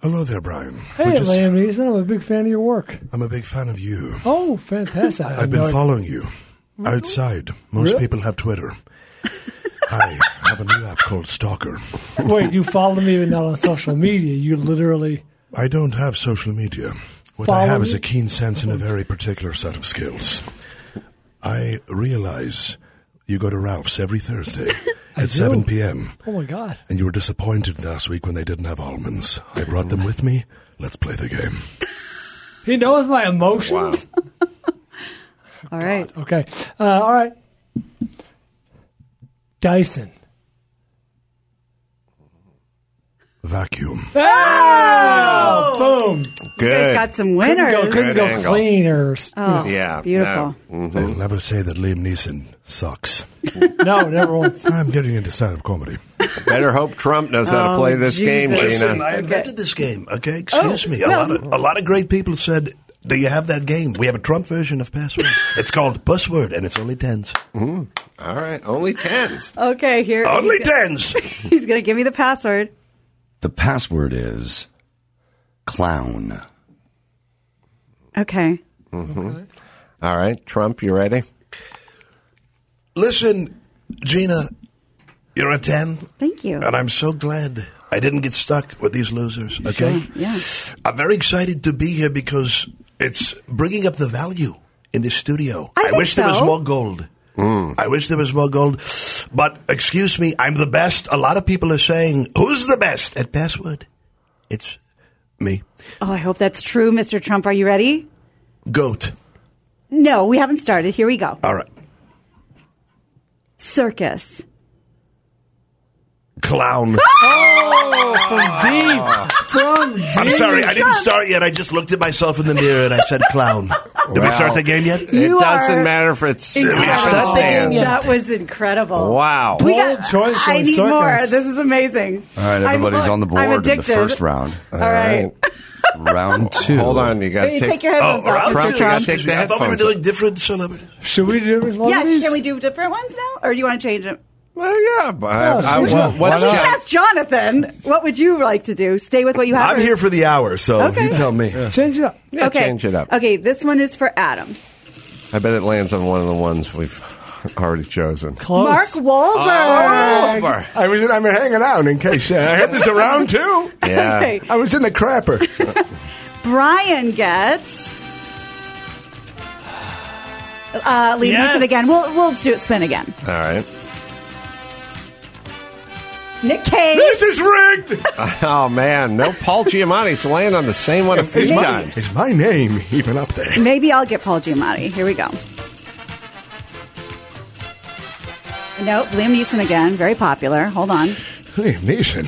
Hello there, Brian. Hey, We're just- Liam Neeson, I'm a big fan of your work. I'm a big fan of you. Oh, fantastic. I I've had been no idea. following you outside. Most Really? people have Twitter. I have a new app called Stalker. Wait, you follow me, but not on social media. You literally. I don't have social media. What I Follow have is you? a keen sense and a very particular set of skills. I realize you go to Ralph's every Thursday I at do. 7 p.m. Oh my God. And you were disappointed last week when they didn't have almonds. I brought them with me. Let's play the game. He knows my emotions. all right. Okay. Uh, all right. Dyson. Vacuum. Oh, boom. You guys got some winners. Couldn't go, couldn't go clean or s- Oh, you know. Beautiful. Mm-hmm. I'll never say that Liam Neeson sucks. No, never once. I'm getting into stand up comedy. better hope Trump knows how to play this game, Listen, Gina. Oh, I invented this game. Okay, excuse Oh, me. A no. lot of a lot of great people said, "Do you have that game?" We have a Trump version of password. it's called Buzzword, and it's only tens. All right, only tens. Okay, here. Only tens. He's going to give me the password. The password is clown. Okay. Mm-hmm. All right, Trump, you ready? Listen, Gina, you're a ten, Thank you. and I'm so glad I didn't get stuck with these losers. Okay, Sure, yeah. I'm very excited to be here because it's bringing up the value in this studio. I think wish there was so. more gold. Mm. I wish there was more gold. But excuse me, I'm the best. A lot of people are saying, "Who's the best at password?" It's me, Oh, I hope that's true, Mr. Trump. Are you ready? goat. No, we haven't started. Here we go. All right, Circus. clown. Oh, from Oh, deep. From deep. I'm sorry, I didn't start yet. I just looked at myself in the mirror and I said, "Clown." Did we Well, start the game yet? It You doesn't are matter if it's incredible. half a Damn. hand. That was incredible. Wow. We Bold got, choice I on need circus. more. This is amazing. All right, everybody's I'm- on the board I'm in the addicted. first round. All right. round two. Hold on, you got Hey, to you take take your Oh, headphones we're off, out Mr. to- Trump, you gotta Trump. take the I thought we were headphones doing different celebrities. Should we do it? Yeah, can we do different ones now? Or do you want to change it? Well, yeah, but uh, No, I, I, Oh, sure. what- Why what's You John- should ask Jonathan. What would you like to do? Stay with what you have? I'm or- here for the hour, so Okay. you tell me. Change it up. Yeah, change it up. Okay, this one is for Adam. I bet it lands on one of the ones we've already chosen. Close. Mark Wahlberg. Over. I was I'm hanging out in case uh, I had this around too. Yeah. Okay. I was in the crapper. Brian gets. Uh, Liam Yes. Neeson again. We'll we'll do it spin again. All right. Nick Cage. this is rigged. Oh man, no Paul Giamatti. It's laying on the same one a few Is my, times. is my name even up there? Maybe I'll get Paul Giamatti. Here we go. Nope, Liam Neeson again. Very popular. Hold on. Liam Neeson.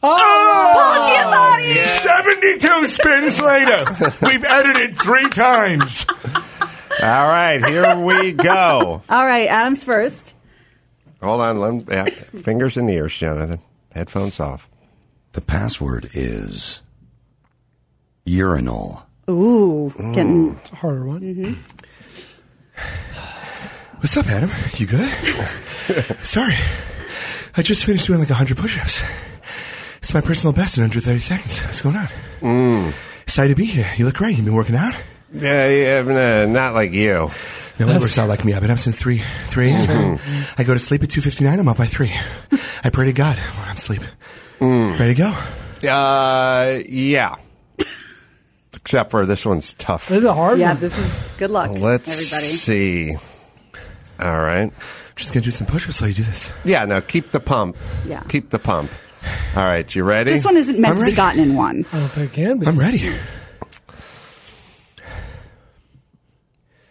Paul Giamatti. 72 spins later. We've edited three times. All right, here we go. All right, Adam's first. Hold on, let me, yeah, fingers in the ears, Jonathan. Headphones off. The password is urinal. Ooh, getting Mm-hmm. It's a harder one. What's up, Adam? You good? Sorry. I just finished doing like 100 push ups. It's my personal best in 130 seconds. What's going on? Excited to be here. You look great. You've been working out? Mm. Yeah, yeah, no, not like you. No one works out like me. I've been up since three, three. a.m. I go to sleep at two fifty nine. I'm up by three. I pray to God when I'm asleep. Ready to go? Mm. Uh, yeah. Except for this one's tough. This is a hard yeah, one. this is good luck. Let's everybody. see. All right. Just gonna do some push-ups while you do this. Yeah. Now keep the pump. Yeah. Keep the pump. All right. You ready? This one isn't meant I'm to ready. be gotten in one. I don't think it can be. I'm ready.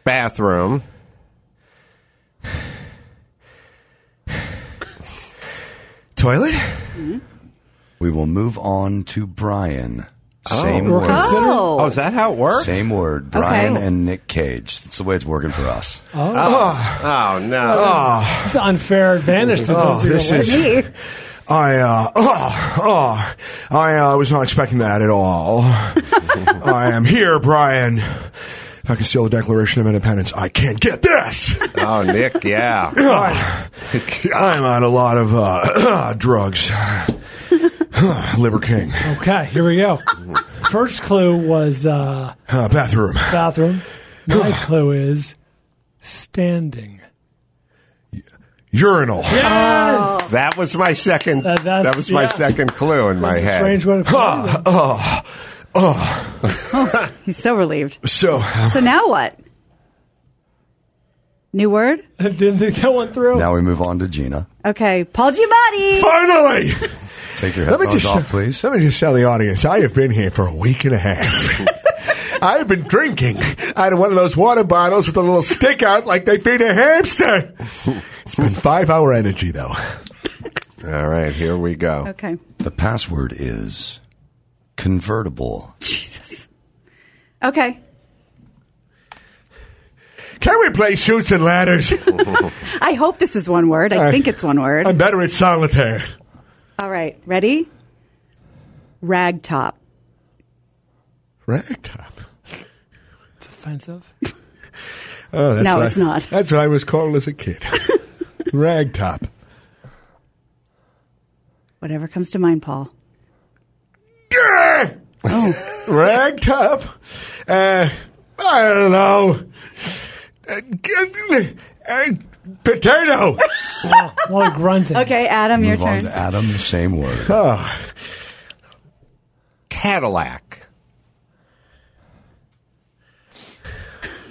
Bathroom. Toilet? Mm-hmm. We will move on to Brian. Oh. Same We're word. considering- Oh. Oh, is that how it works? Same word. Okay. Brian and Nick Cage. That's the way it's working for us. Oh. Ah. Oh, no. It's an unfair advantage to Oh, those who this don't is- like it. I uh, oh, oh, I uh, was not expecting that at all. I am here, Brian. If I can steal the Declaration of Independence, I can't get this. Oh, Nick. Yeah. Ah, I'm on a lot of uh, drugs. Liver King, Okay, here we go. First clue was uh, uh, bathroom. bathroom. My clue is standing. urinal. Oh. Uh, Yes! That was my second. That- that's- that was my yeah. second clue in my That's a head. strange way to put it. Ah, oh, oh. He's so relieved. So, So now what? New word? I didn't think that went through. Now we move on to Gina. Okay, Paul Giamatti. finally, Take your headphones off, please. Let me just tell the audience, I have been here for a week and a half. I've been drinking out of one of those water bottles with a little stick out like they feed a hamster. It's been five hour energy, though. All right, here we go. Okay. The password is convertible. Jesus. Okay. Can we play shoots and ladders? I hope this is one word. I I- think it's one word. I'm better at solitaire. All right, ready? Ragtop. Ragtop. It's offensive. Oh, that's No, what it's I- not. That's what I was called as a kid. Ragtop. Whatever comes to mind, Paul. Oh. Ragtop. Uh, I don't know. Uh, g- uh, potato. What a grunting. Okay, Adam, your move on turn. to Adam. Same word. Cadillac.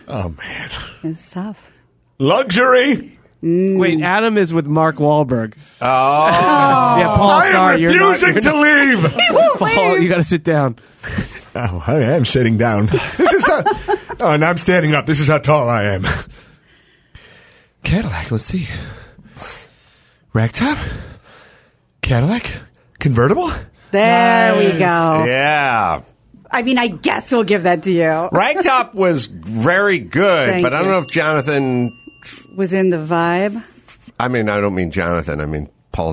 Oh, man. It's tough. Luxury. Wait, Adam is with Mark Wahlberg. Oh, yeah, Paul, I am sorry, you're not, refusing you're to leave. not, Paul, you got to sit down. Oh, I am sitting down. This is how, oh, and I'm standing up. This is how tall I am. Cadillac. Let's see. Ragtop. Cadillac. Convertible. There we go. yeah. I mean, I guess we'll give that to you. Ragtop was very good, Thank but I don't you. know if Jonathan. Was in the vibe. I mean, I don't mean Jonathan. I mean Paul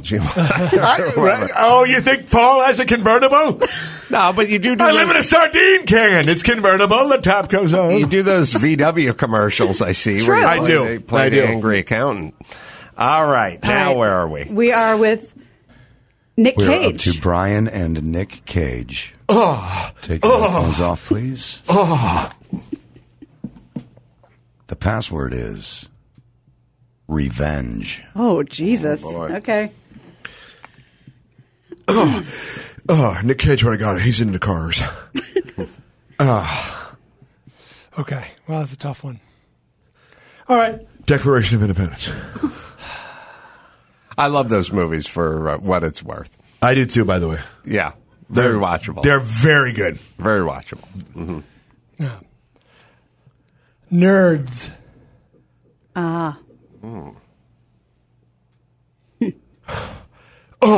Giamatti. I, right, oh, you think Paul has a convertible? no, but you do. do I those- live in a sardine can. It's convertible. The top goes on. You do those VW commercials, I see. where True. you I play do. the- play I the do. angry accountant. All right, now All right. where are we? We are with Nick We're up Cage. to Brian and Nick Cage. Oh, Take your Oh. headphones off, please. Oh. The password is revenge. oh, Jesus. boy. okay. Oh, Nick Cage already got it. He's into cars. Ah, Okay. Well, that's a tough one. All right. Declaration of Independence. I love those movies for uh, what it's worth. I did too, by the way. Yeah, very watchable. They're very good. very watchable. Mm-hmm. Yeah. Nerds. Ah.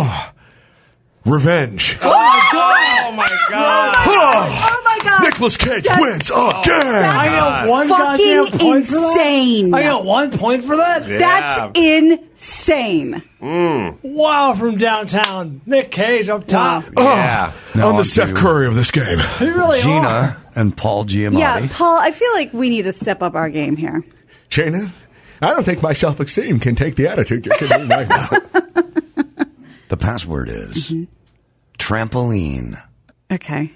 Oh, Revenge. Oh my god! Oh, my God. Nicholas Cage That's- wins Oh, again. I got one fucking goddamn point for insane. that. I got one point for that. That's insane. Mm. Wow, from downtown, Nick Cage up top. Yeah. Now I'm on the Steph to Curry of this game. You really Oh. are. Gina and Paul Giamatti. Yeah, Paul, I feel like we need to step up our game here. Jaina, I don't think my self esteem can take the attitude you're giving me right now. The password is Mm-hmm. trampoline. Okay.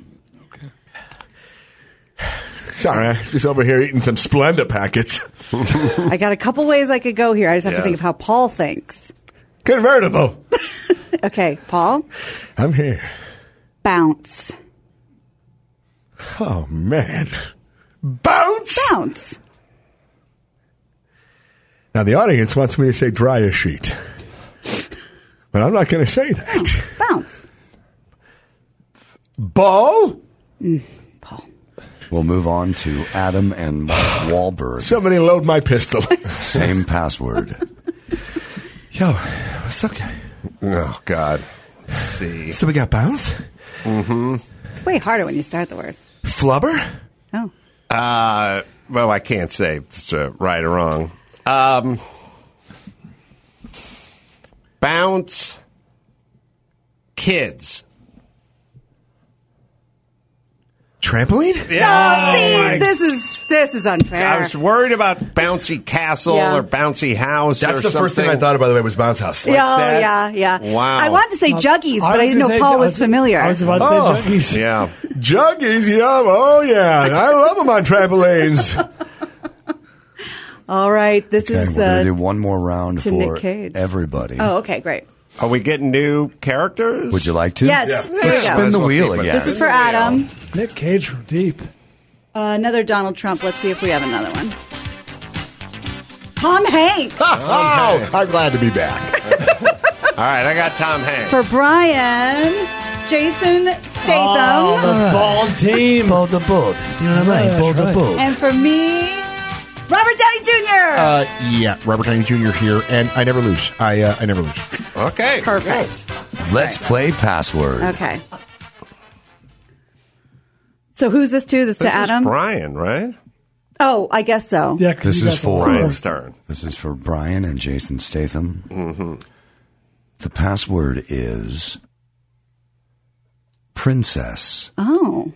Sorry, I'm just over here eating some Splenda packets. I got a couple ways I could go here. I just have Yeah. to think of how Paul thinks. Convertible. Okay, Paul. I'm here. bounce. Oh, man. Bounce? Bounce. Now, the audience wants me to say dry a sheet. But I'm not going to say that. Oh, Bounce. Ball? We'll move on to Adam and Mark Wahlberg. Somebody load my pistol. Same password. Yo, what's up, guy? Oh God. Let's see. So we got bounce, Mm-hmm. It's way harder when you start the word. flubber. Uh, well, I can't say it's uh, right or wrong. Um, bounce kids. Trampoline? Yeah. Oh, see, Oh, my- this is this is unfair. I was worried about bouncy castle Yeah. or bouncy house. That's or the first thing I something. thought, by the way, was bounce house. yeah, oh, that. yeah, yeah. Wow. I wanted to say juggies, I but I was didn't know gonna say- Paul I was, was- familiar. I was about to Oh. say juggies. Yeah. Juggies, yeah. Oh, yeah. I love them on trampolines. All right, this Okay, is we're going to do uh, one more round to for Nick Cage. everybody. Oh, okay, great. Are we getting new characters? Would you like to? Yes. Yeah. There we Let's go. spin the wheel This again. This is for Adam. Nick Cage from Deep. Uh, another Donald Trump. Let's see if we have another one. Tom Hanks oh, I'm glad to be back. All right, I got Tom Hanks. for Brian. Jason Oh, Statham. the bald team. Bold Uh, the bold. You know what I mean? Yeah, bold that's the right. bold. and for me, Robert Downey Jr. Uh, yeah, Robert Downey Jr. here, and I never lose. I uh, I never lose. Okay. Perfect. Let's play password. Okay. So who's this to? This, This to Adam? is Brian, right? oh, I guess so. Yeah, 'cause This you is got the whole- for- Brian's turn. This is for Brian and Jason Statham. Mm-hmm. The password is princess. Oh.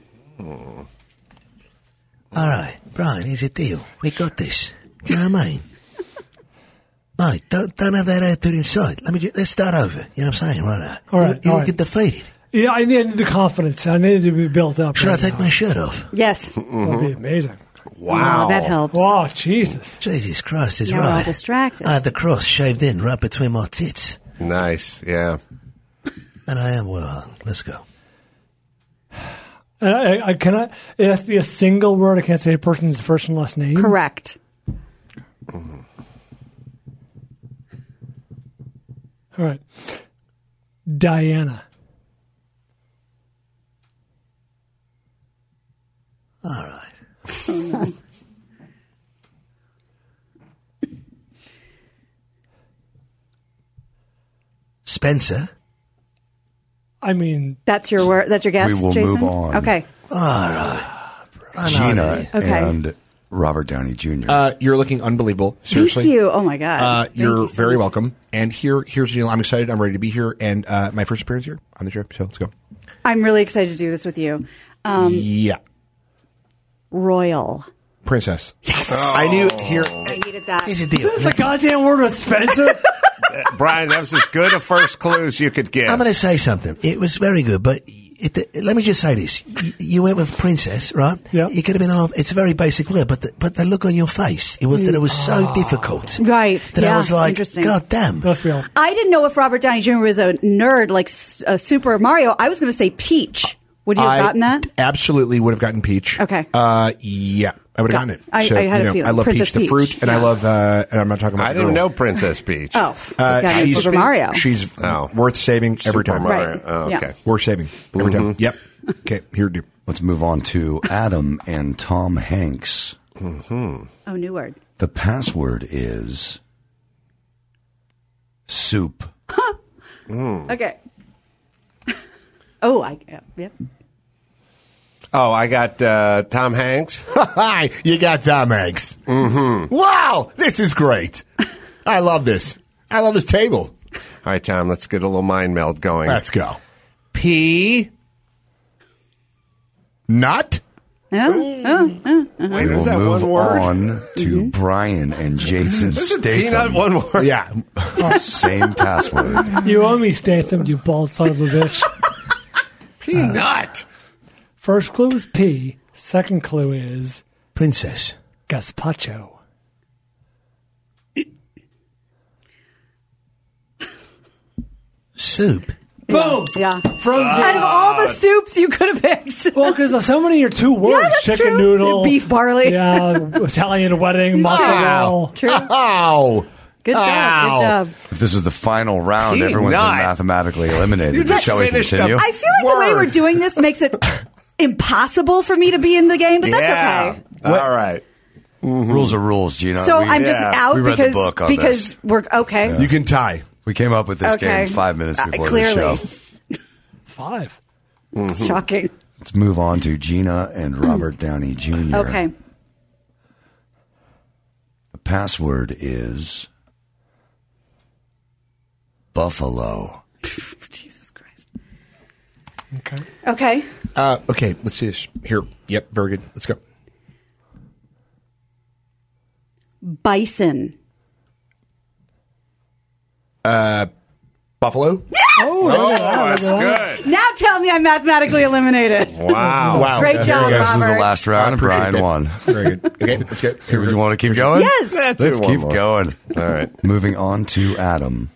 All right, Brian, here's a deal. We got this. Do you know what I mean? Mate, don't don't have that attitude inside. Let me ju- let's start over. You know what I'm saying? Right now. All right, You- You all will get right. defeated. Yeah, I needed the confidence. I needed to be built up. Should right I take now. my shirt off? Yes. That'd be amazing. Wow. Oh, that helps. Wow, Jesus. Jesus Christ, is Now we're all right. distracted. I have the cross shaved in right between my tits. Nice. Yeah. And I am well. Let's go. And Uh, I, I cannot. It has to be a single word. I can't say a person's first and last name. Mm-hmm. Correct. All right. Diana. Spencer. I mean, That's your word. That's your guess, We will Jason? move on. Okay. Gina Okay. and Robert Downey Jr. Uh, you're looking unbelievable. Seriously. Thank you. Oh, my God. Uh, Thank you're you so very much. welcome. And here, here's the deal. I'm excited. I'm ready to be here, and uh, my first appearance here on the show. So let's go. I'm really excited to do this with you. Um, Yeah, royal. princess. Uh, I knew here. I needed that. Here's the deal. the goddamn word was Spencer. Uh, Brian, that was as good a first clue as you could get. I'm going to say something. It was very good, but it, let me just say this: you, you went with princess, right? Yeah. You could have been off. It's a very basic word, but the, but the look on your face, it was that it was so difficult. Right. Mm. That Oh. yeah. I was like, Interesting. God damn. Let's be all. I didn't know if Robert Downey Jr. was a nerd like S- uh, Super Mario. I was going to say Peach. Would you have I gotten that? Absolutely would have gotten peach. Okay. Uh, yeah, I would have Got- gotten it. I- I had a you know, feeling. I love Princess peach, the Peach. fruit, and I Yeah. love. Uh, and I'm not talking about. I the didn't girl. know Princess Peach. Oh, Uh, so gotta be she's- Super Mario. She's Oh. worth saving every Super time. Mario. Right. Oh, Yeah. okay. Worth saving every time. Yep. Okay. Here, do. Let's move on to Adam and Tom Hanks. oh, new word. The password is soup. Okay. oh, I yeah, yep. Oh, I got uh, Tom Hanks. Hi, you got Tom Hanks. Mm-hmm. Wow, this is great. I love this. I love this table. All right, Tom, let's get a little mind meld going. Let's go. P. Not Oh, oh, oh. Wait, we is will that move one word? Mm-hmm. on to Brian and Jason Peanut, Statham. one word. yeah. Same password. You owe me, Statham, you bald son of a bitch. Peanut. First clue is P. Second clue is Princess. gazpacho. Soup. Boom. Yeah. From Ah. Out of all the soups you could have picked. well, because so many are two words: that's chicken true. noodle, Beef barley. yeah, Italian wedding, mozzarella. True. Ow. Good job. Good job. This is the final round. He Everyone's not. been mathematically eliminated. That's- Shall we continue? I feel like the way we're doing this makes it impossible for me to be in the game, but that's okay. All right. Rules are rules, Gina. So We- I'm just out we read because the book on because this. we're okay. You can tie. We came up with this Okay. game five minutes Uh, before the clearly. show. Five. Mhm. Shocking. Hmm. Let's move on to Gina and Robert Downey Jr. Okay. The password is Buffalo. Okay. Uh, okay, let's see this. Here. Yep, very good. Let's go. Bison. Uh, Buffalo? Oh, that's good. Now tell me I'm mathematically eliminated. Wow. Great job, This is Robert. the last round, and Brian won. Very good. Okay, let's get. Here, would you want to keep going? Yes. Let's do Let's one keep more. going. All right. Moving on to Adam.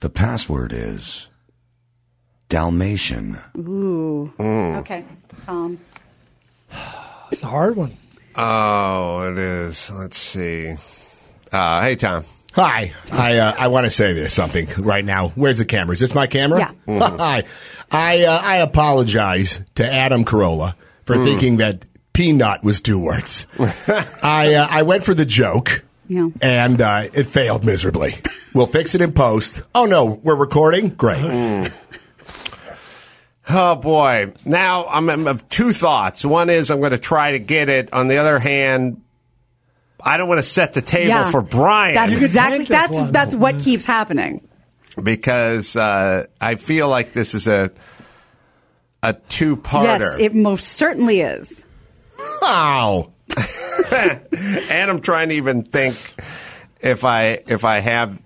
The password is Dalmatian. Ooh. Mm. Mm. Okay. Tom. It's a hard one. Uh, Oh, it is. Let's see. Uh, hey, Tom. Hi. I uh, I want to say this something right now. Where's the camera? Is this my camera? Yeah. Mhm. Hi. I uh, I apologize to Adam Carolla for Mm. thinking that peanut was two words. I uh, I went for the joke. Yeah. And uh, it failed miserably. We'll fix it in post. Oh no, we're recording. Great. Hmm. Oh boy! Now I'm, I'm of two thoughts. One is I'm going to try to get it. On the other hand, I don't want to set the table Yeah. for Brian. That's exactly that's that's what keeps happening. because uh, I feel like this is a a two Yes, parter. it most certainly is. wow. and I'm trying to even think if I if I have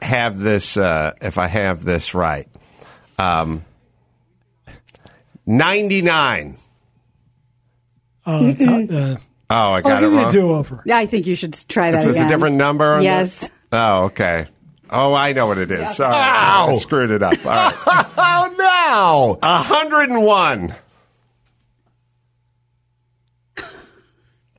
have this uh, if I have this right. Um, Ninety nine. Uh, it's not- uh, Oh, I I'll got give it you wrong. a do-over. Yeah, I think you should try that It's again. a different number. On Yes. that? Oh, okay. Oh, I know what it is. Sorry, I screwed it up. All right. oh no! hundred and one.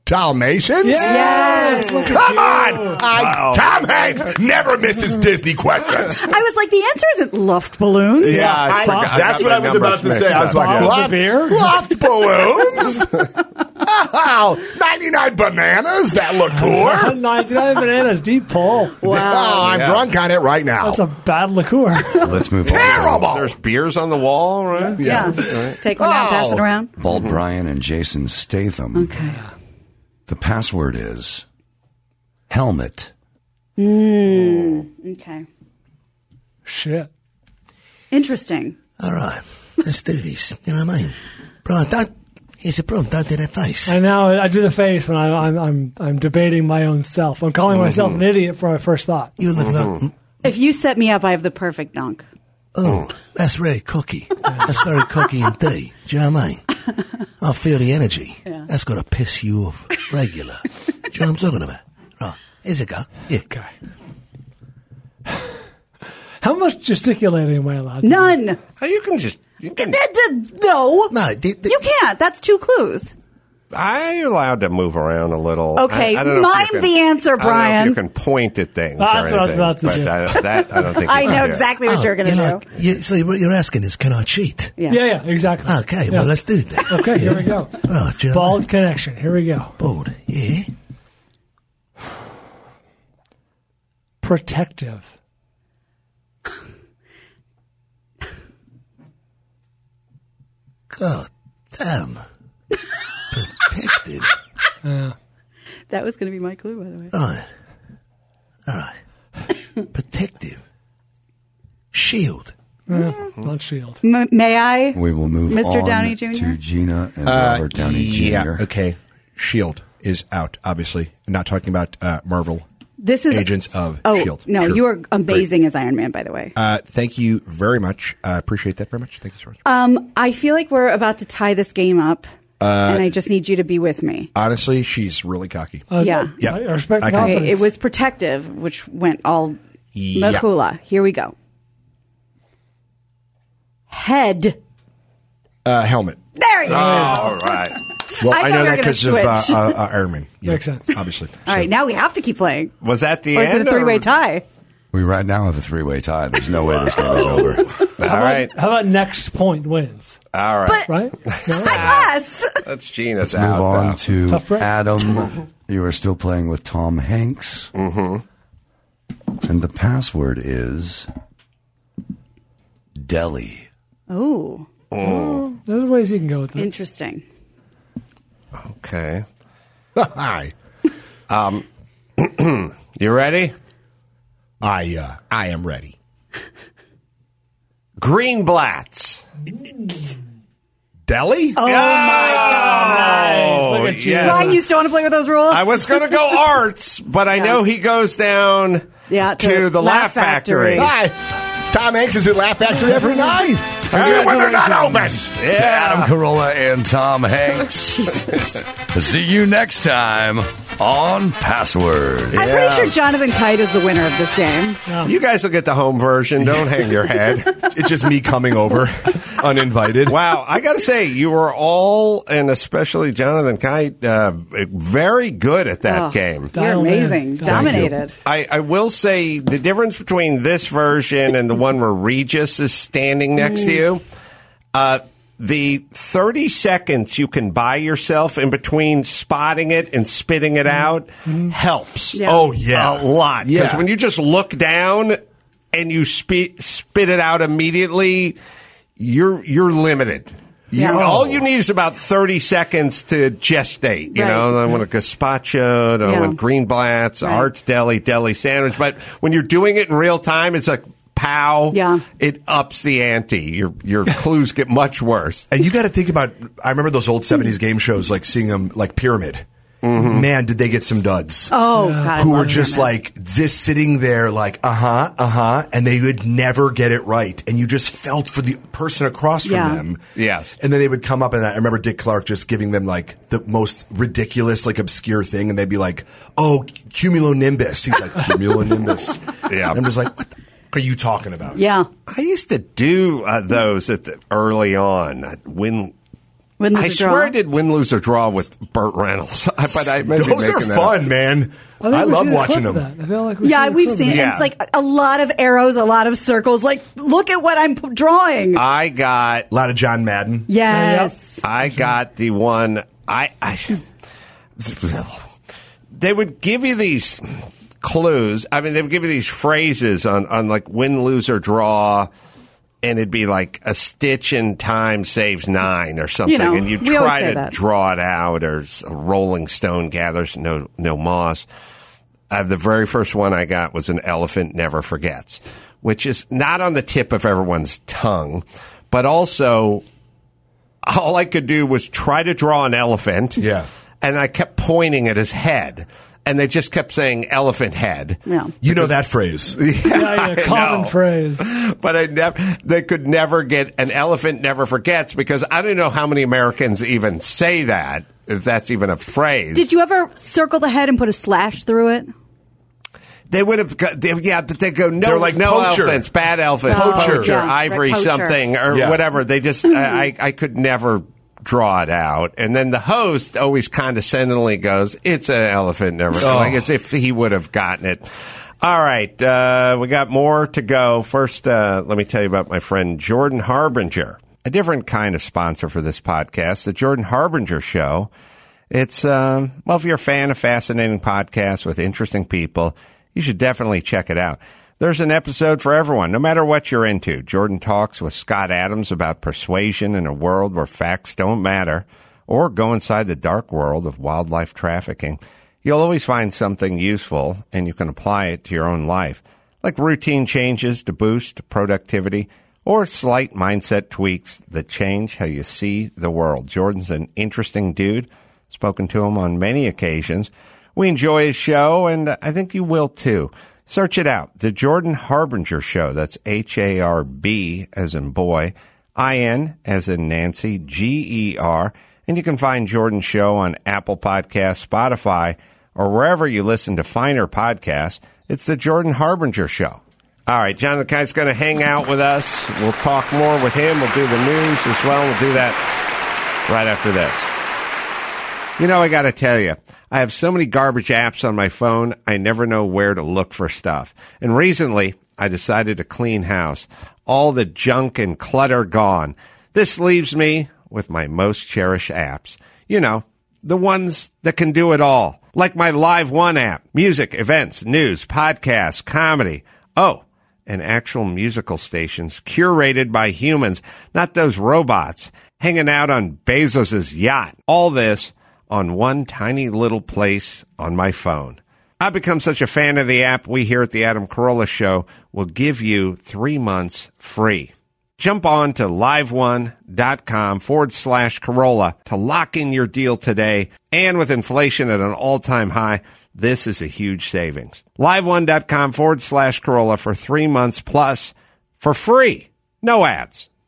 Dalmatians? Yes! Look at Come you. on! I, Wow. Tom Hanks never misses Disney questions. I was like, the answer isn't luft balloons. Yeah, I forgot. I got my numbers mixed up. Bottles of beer? Loft balloons? oh, 99 bananas? That look poor. 99 bananas, deep pull. Oh, I'm drunk on it right now. That's a bad liqueur. Let's move on. Terrible. There's beers on the wall, right? Yeah. Take one out, pass it around. Bald Mm-hmm. Brian and Jason Statham. Okay. The password is helmet. Mm, okay. Shit. Interesting. All right, let's do this. You know what I mean? Bro, don't, here's the problem. Don't do that face. I know. I do the face when I, I'm I'm I'm debating my own self. I'm calling Mm-hmm. myself an idiot for my first thought. You look like. If you set me up, I have the perfect dunk. Oh, that's very cocky. That's very cocky indeed. Do you know what I mean? I feel the energy. That's got to piss you off regular. Do you know what I'm talking about? Right, here's a go. Yeah. Okay. How much gesticulating am I allowed? To None. You can just. No. No, you can't. That's two clues. I'm allowed to move around a little. Okay, I, I don't know if you mime the answer, I don't know if Brian. you can point at things. That's what or I was anything, about to but do. I, that I don't think I you can know do. exactly what you're going to do. Oh, you're like- you- so what you're asking is, can I cheat? Yeah. Yeah, yeah, exactly. Okay, Yeah. well, let's do that. Okay, here we go. Right, do you know what I mean? Bald connection. Here we go. Bald. Yeah. Protective. God damn. Protected. Uh, That was going to be my clue, by the way. Right. All right. Protective. Shield. uh, not shield. M- may I? We will move Mr. on Downey Jr.? to Gina and Robert Downey Jr. Uh, Okay. Shield E is out, obviously. I'm not talking about uh, Marvel. This is Agents of Oh Shield. no, E Sure. you are amazing as Iron Man, by the way. Uh, thank you very much. I appreciate that very much. Thank you so much. Um, I feel like we're about to tie this game up, Uh, and I just need you to be with me. Honestly, she's really cocky. I was Yeah. like, Yeah. Oh, I respect the I can- Okay, confidence. it was protective, which went all Yeah. Makula. Here we go. Head. Uh, helmet. There you go. All right. Well, Well, I I I, thought know know we that were that gonna 'cause because of, of uh, uh, switch. uh, uh, Ermin. Makes sense. Obviously. All right, now we have to keep playing. Was that the or end? is it a three-way tie? We right now have a three way tie. There's no way this game is over. All right. How about next point wins? All right. Right? Yes. That's Gene. Let's That's move out. on now. to Tough break. Adam. you are still playing with Tom Hanks. Mm-hmm. And the password is Delhi. Ooh. Oh, there's ways you can go with this. Interesting. Okay. Hi. Um, you ready? I uh, I am ready. Greenblatt's. Delhi? Oh, my God. Nice. Look at you. yes. Ryan used to want to play with those rules. I was going to go arts, but I Yeah. know he goes down Yeah, to, the Laugh Factory. Hi. Tom Hanks is at Laugh Factory every night. Even when they're not open. Yeah. Adam Carolla and Tom Hanks. See you next time on Password. I'm pretty sure Jonathan Kite is the winner of this game. You guys will get the home version. Don't hang your head. It's just me coming over uninvited. Wow, I got to say, you were all, and especially Jonathan Kite, uh, very good at that Oh, game. You're amazing. Dominated. I, I will say the difference between this version and the one where Regis is standing next Mm. to you. Uh, the 30 seconds you can buy yourself in between spotting it and spitting it out helps. Mm-hmm. Yeah. Oh, yeah. A lot. Because Yeah. when you just look down and you spit, spit it out immediately, you're, you're limited. You- Yeah. all you need is about 30 seconds to gestate. You Right. know, I want a gazpacho, I Yeah. want Greenblatt's, Arts Deli, Deli Sandwich. But when you're doing it in real time, it's like pow. Yeah. It ups the ante. Your your clues get much worse. And you got to think about. I remember those old '70s game shows, like seeing them like Pyramid. Mm-hmm. Man, did they get some duds? Oh, Yeah. God, I who love were just like just sitting there, like uh huh, uh huh, and they would never get it right, and you just felt for the person across from Yeah. them. Yes. And then they would come up, and I remember Dick Clark just giving them like the most ridiculous, like obscure thing, and they'd be like, "Oh, cumulonimbus." He's like cumulonimbus. yeah. And I'm just like, "What the are you talking about?" Yeah. I used to do uh, those at the, early on. I'd Win. Win, lose, I or swear draw? I did win, lose, or draw with Burt Reynolds. but I may be Those are making that fun, up. man. think I we've love seen a watching clip of them. I Oh, feel like yeah, we've seen it. Yeah. It's like a lot of arrows, a lot of circles. Like, look at what I'm p- drawing. I got a lot of John Madden. Yes. I got the one. I, I they would give you these clues. I mean, they would give you these phrases on on like win, lose, or draw. And it'd be like a stitch in time saves nine or something, know, and you we always try say to that. draw it out, or s- a Rolling Stone gathers no no moss. Uh, the very first one I got was an elephant never forgets, which is not on the tip of everyone's tongue, but also all I could do was try to draw an elephant. Yeah. And I kept pointing at his head. And they just kept saying elephant head. Yeah. You know that phrase. Yeah, yeah, common phrase. But I never they could never get an elephant never forgets because I don't know how many Americans even say that, if that's even a phrase. Did you ever circle the head and put a slash through it? They would have, got, they, yeah, but they go no, They're like like no poacher. elephants, bad elephants, Poacher. poacher, Yeah, right, ivory, poacher. something or Yeah. whatever. They just, I, I, I could never draw it out. And then the host always condescendingly goes, "It's an elephant, never." Oh. Like as if he would have gotten it. All right, uh, we got more to go. First, uh, let me tell you about my friend Jordan Harbinger, a different kind of sponsor for this podcast, the Jordan Harbinger Show. It's um, well, if you're a fan of fascinating podcasts with interesting people, you should definitely check it out. There's an episode for everyone, no matter what you're into. Jordan talks with Scott Adams about persuasion in a world where facts don't matter, or go inside the dark world of wildlife trafficking. You'll always find something useful, and you can apply it to your own life, like routine changes to boost productivity or slight mindset tweaks that change how you see the world. Jordan's an interesting dude. Spoken to him on many occasions. We enjoy his show, and I think you will too. Search it out. The Jordan Harbinger Show. That's H A R B as in boy, I N as in Nancy, G E R. And you can find Jordan's show on Apple Podcasts, Spotify, or wherever you listen to finer podcasts. It's the Jordan Harbinger Show. All right, John the Kite's going to hang out with us. We'll talk more with him. We'll do the news as well. We'll do that right after this. You know, I got to tell you, I have so many garbage apps on my phone, I never know where to look for stuff. And recently, I decided to clean house. All the junk and clutter gone. This leaves me with my most cherished apps. You know, the ones that can do it all, like my Live One app, music, events, news, podcasts, comedy. Oh, and actual musical stations curated by humans, not those robots hanging out on Bezos' yacht. All this on one tiny little place on my phone. I've become such a fan of the app, we here at the Adam Carolla Show will give you three months free. Jump on to liveone.com forward slash Corolla to lock in your deal today. And with inflation at an all time high, this is a huge savings. Liveone.com forward slash Corolla for three months plus for free. No ads.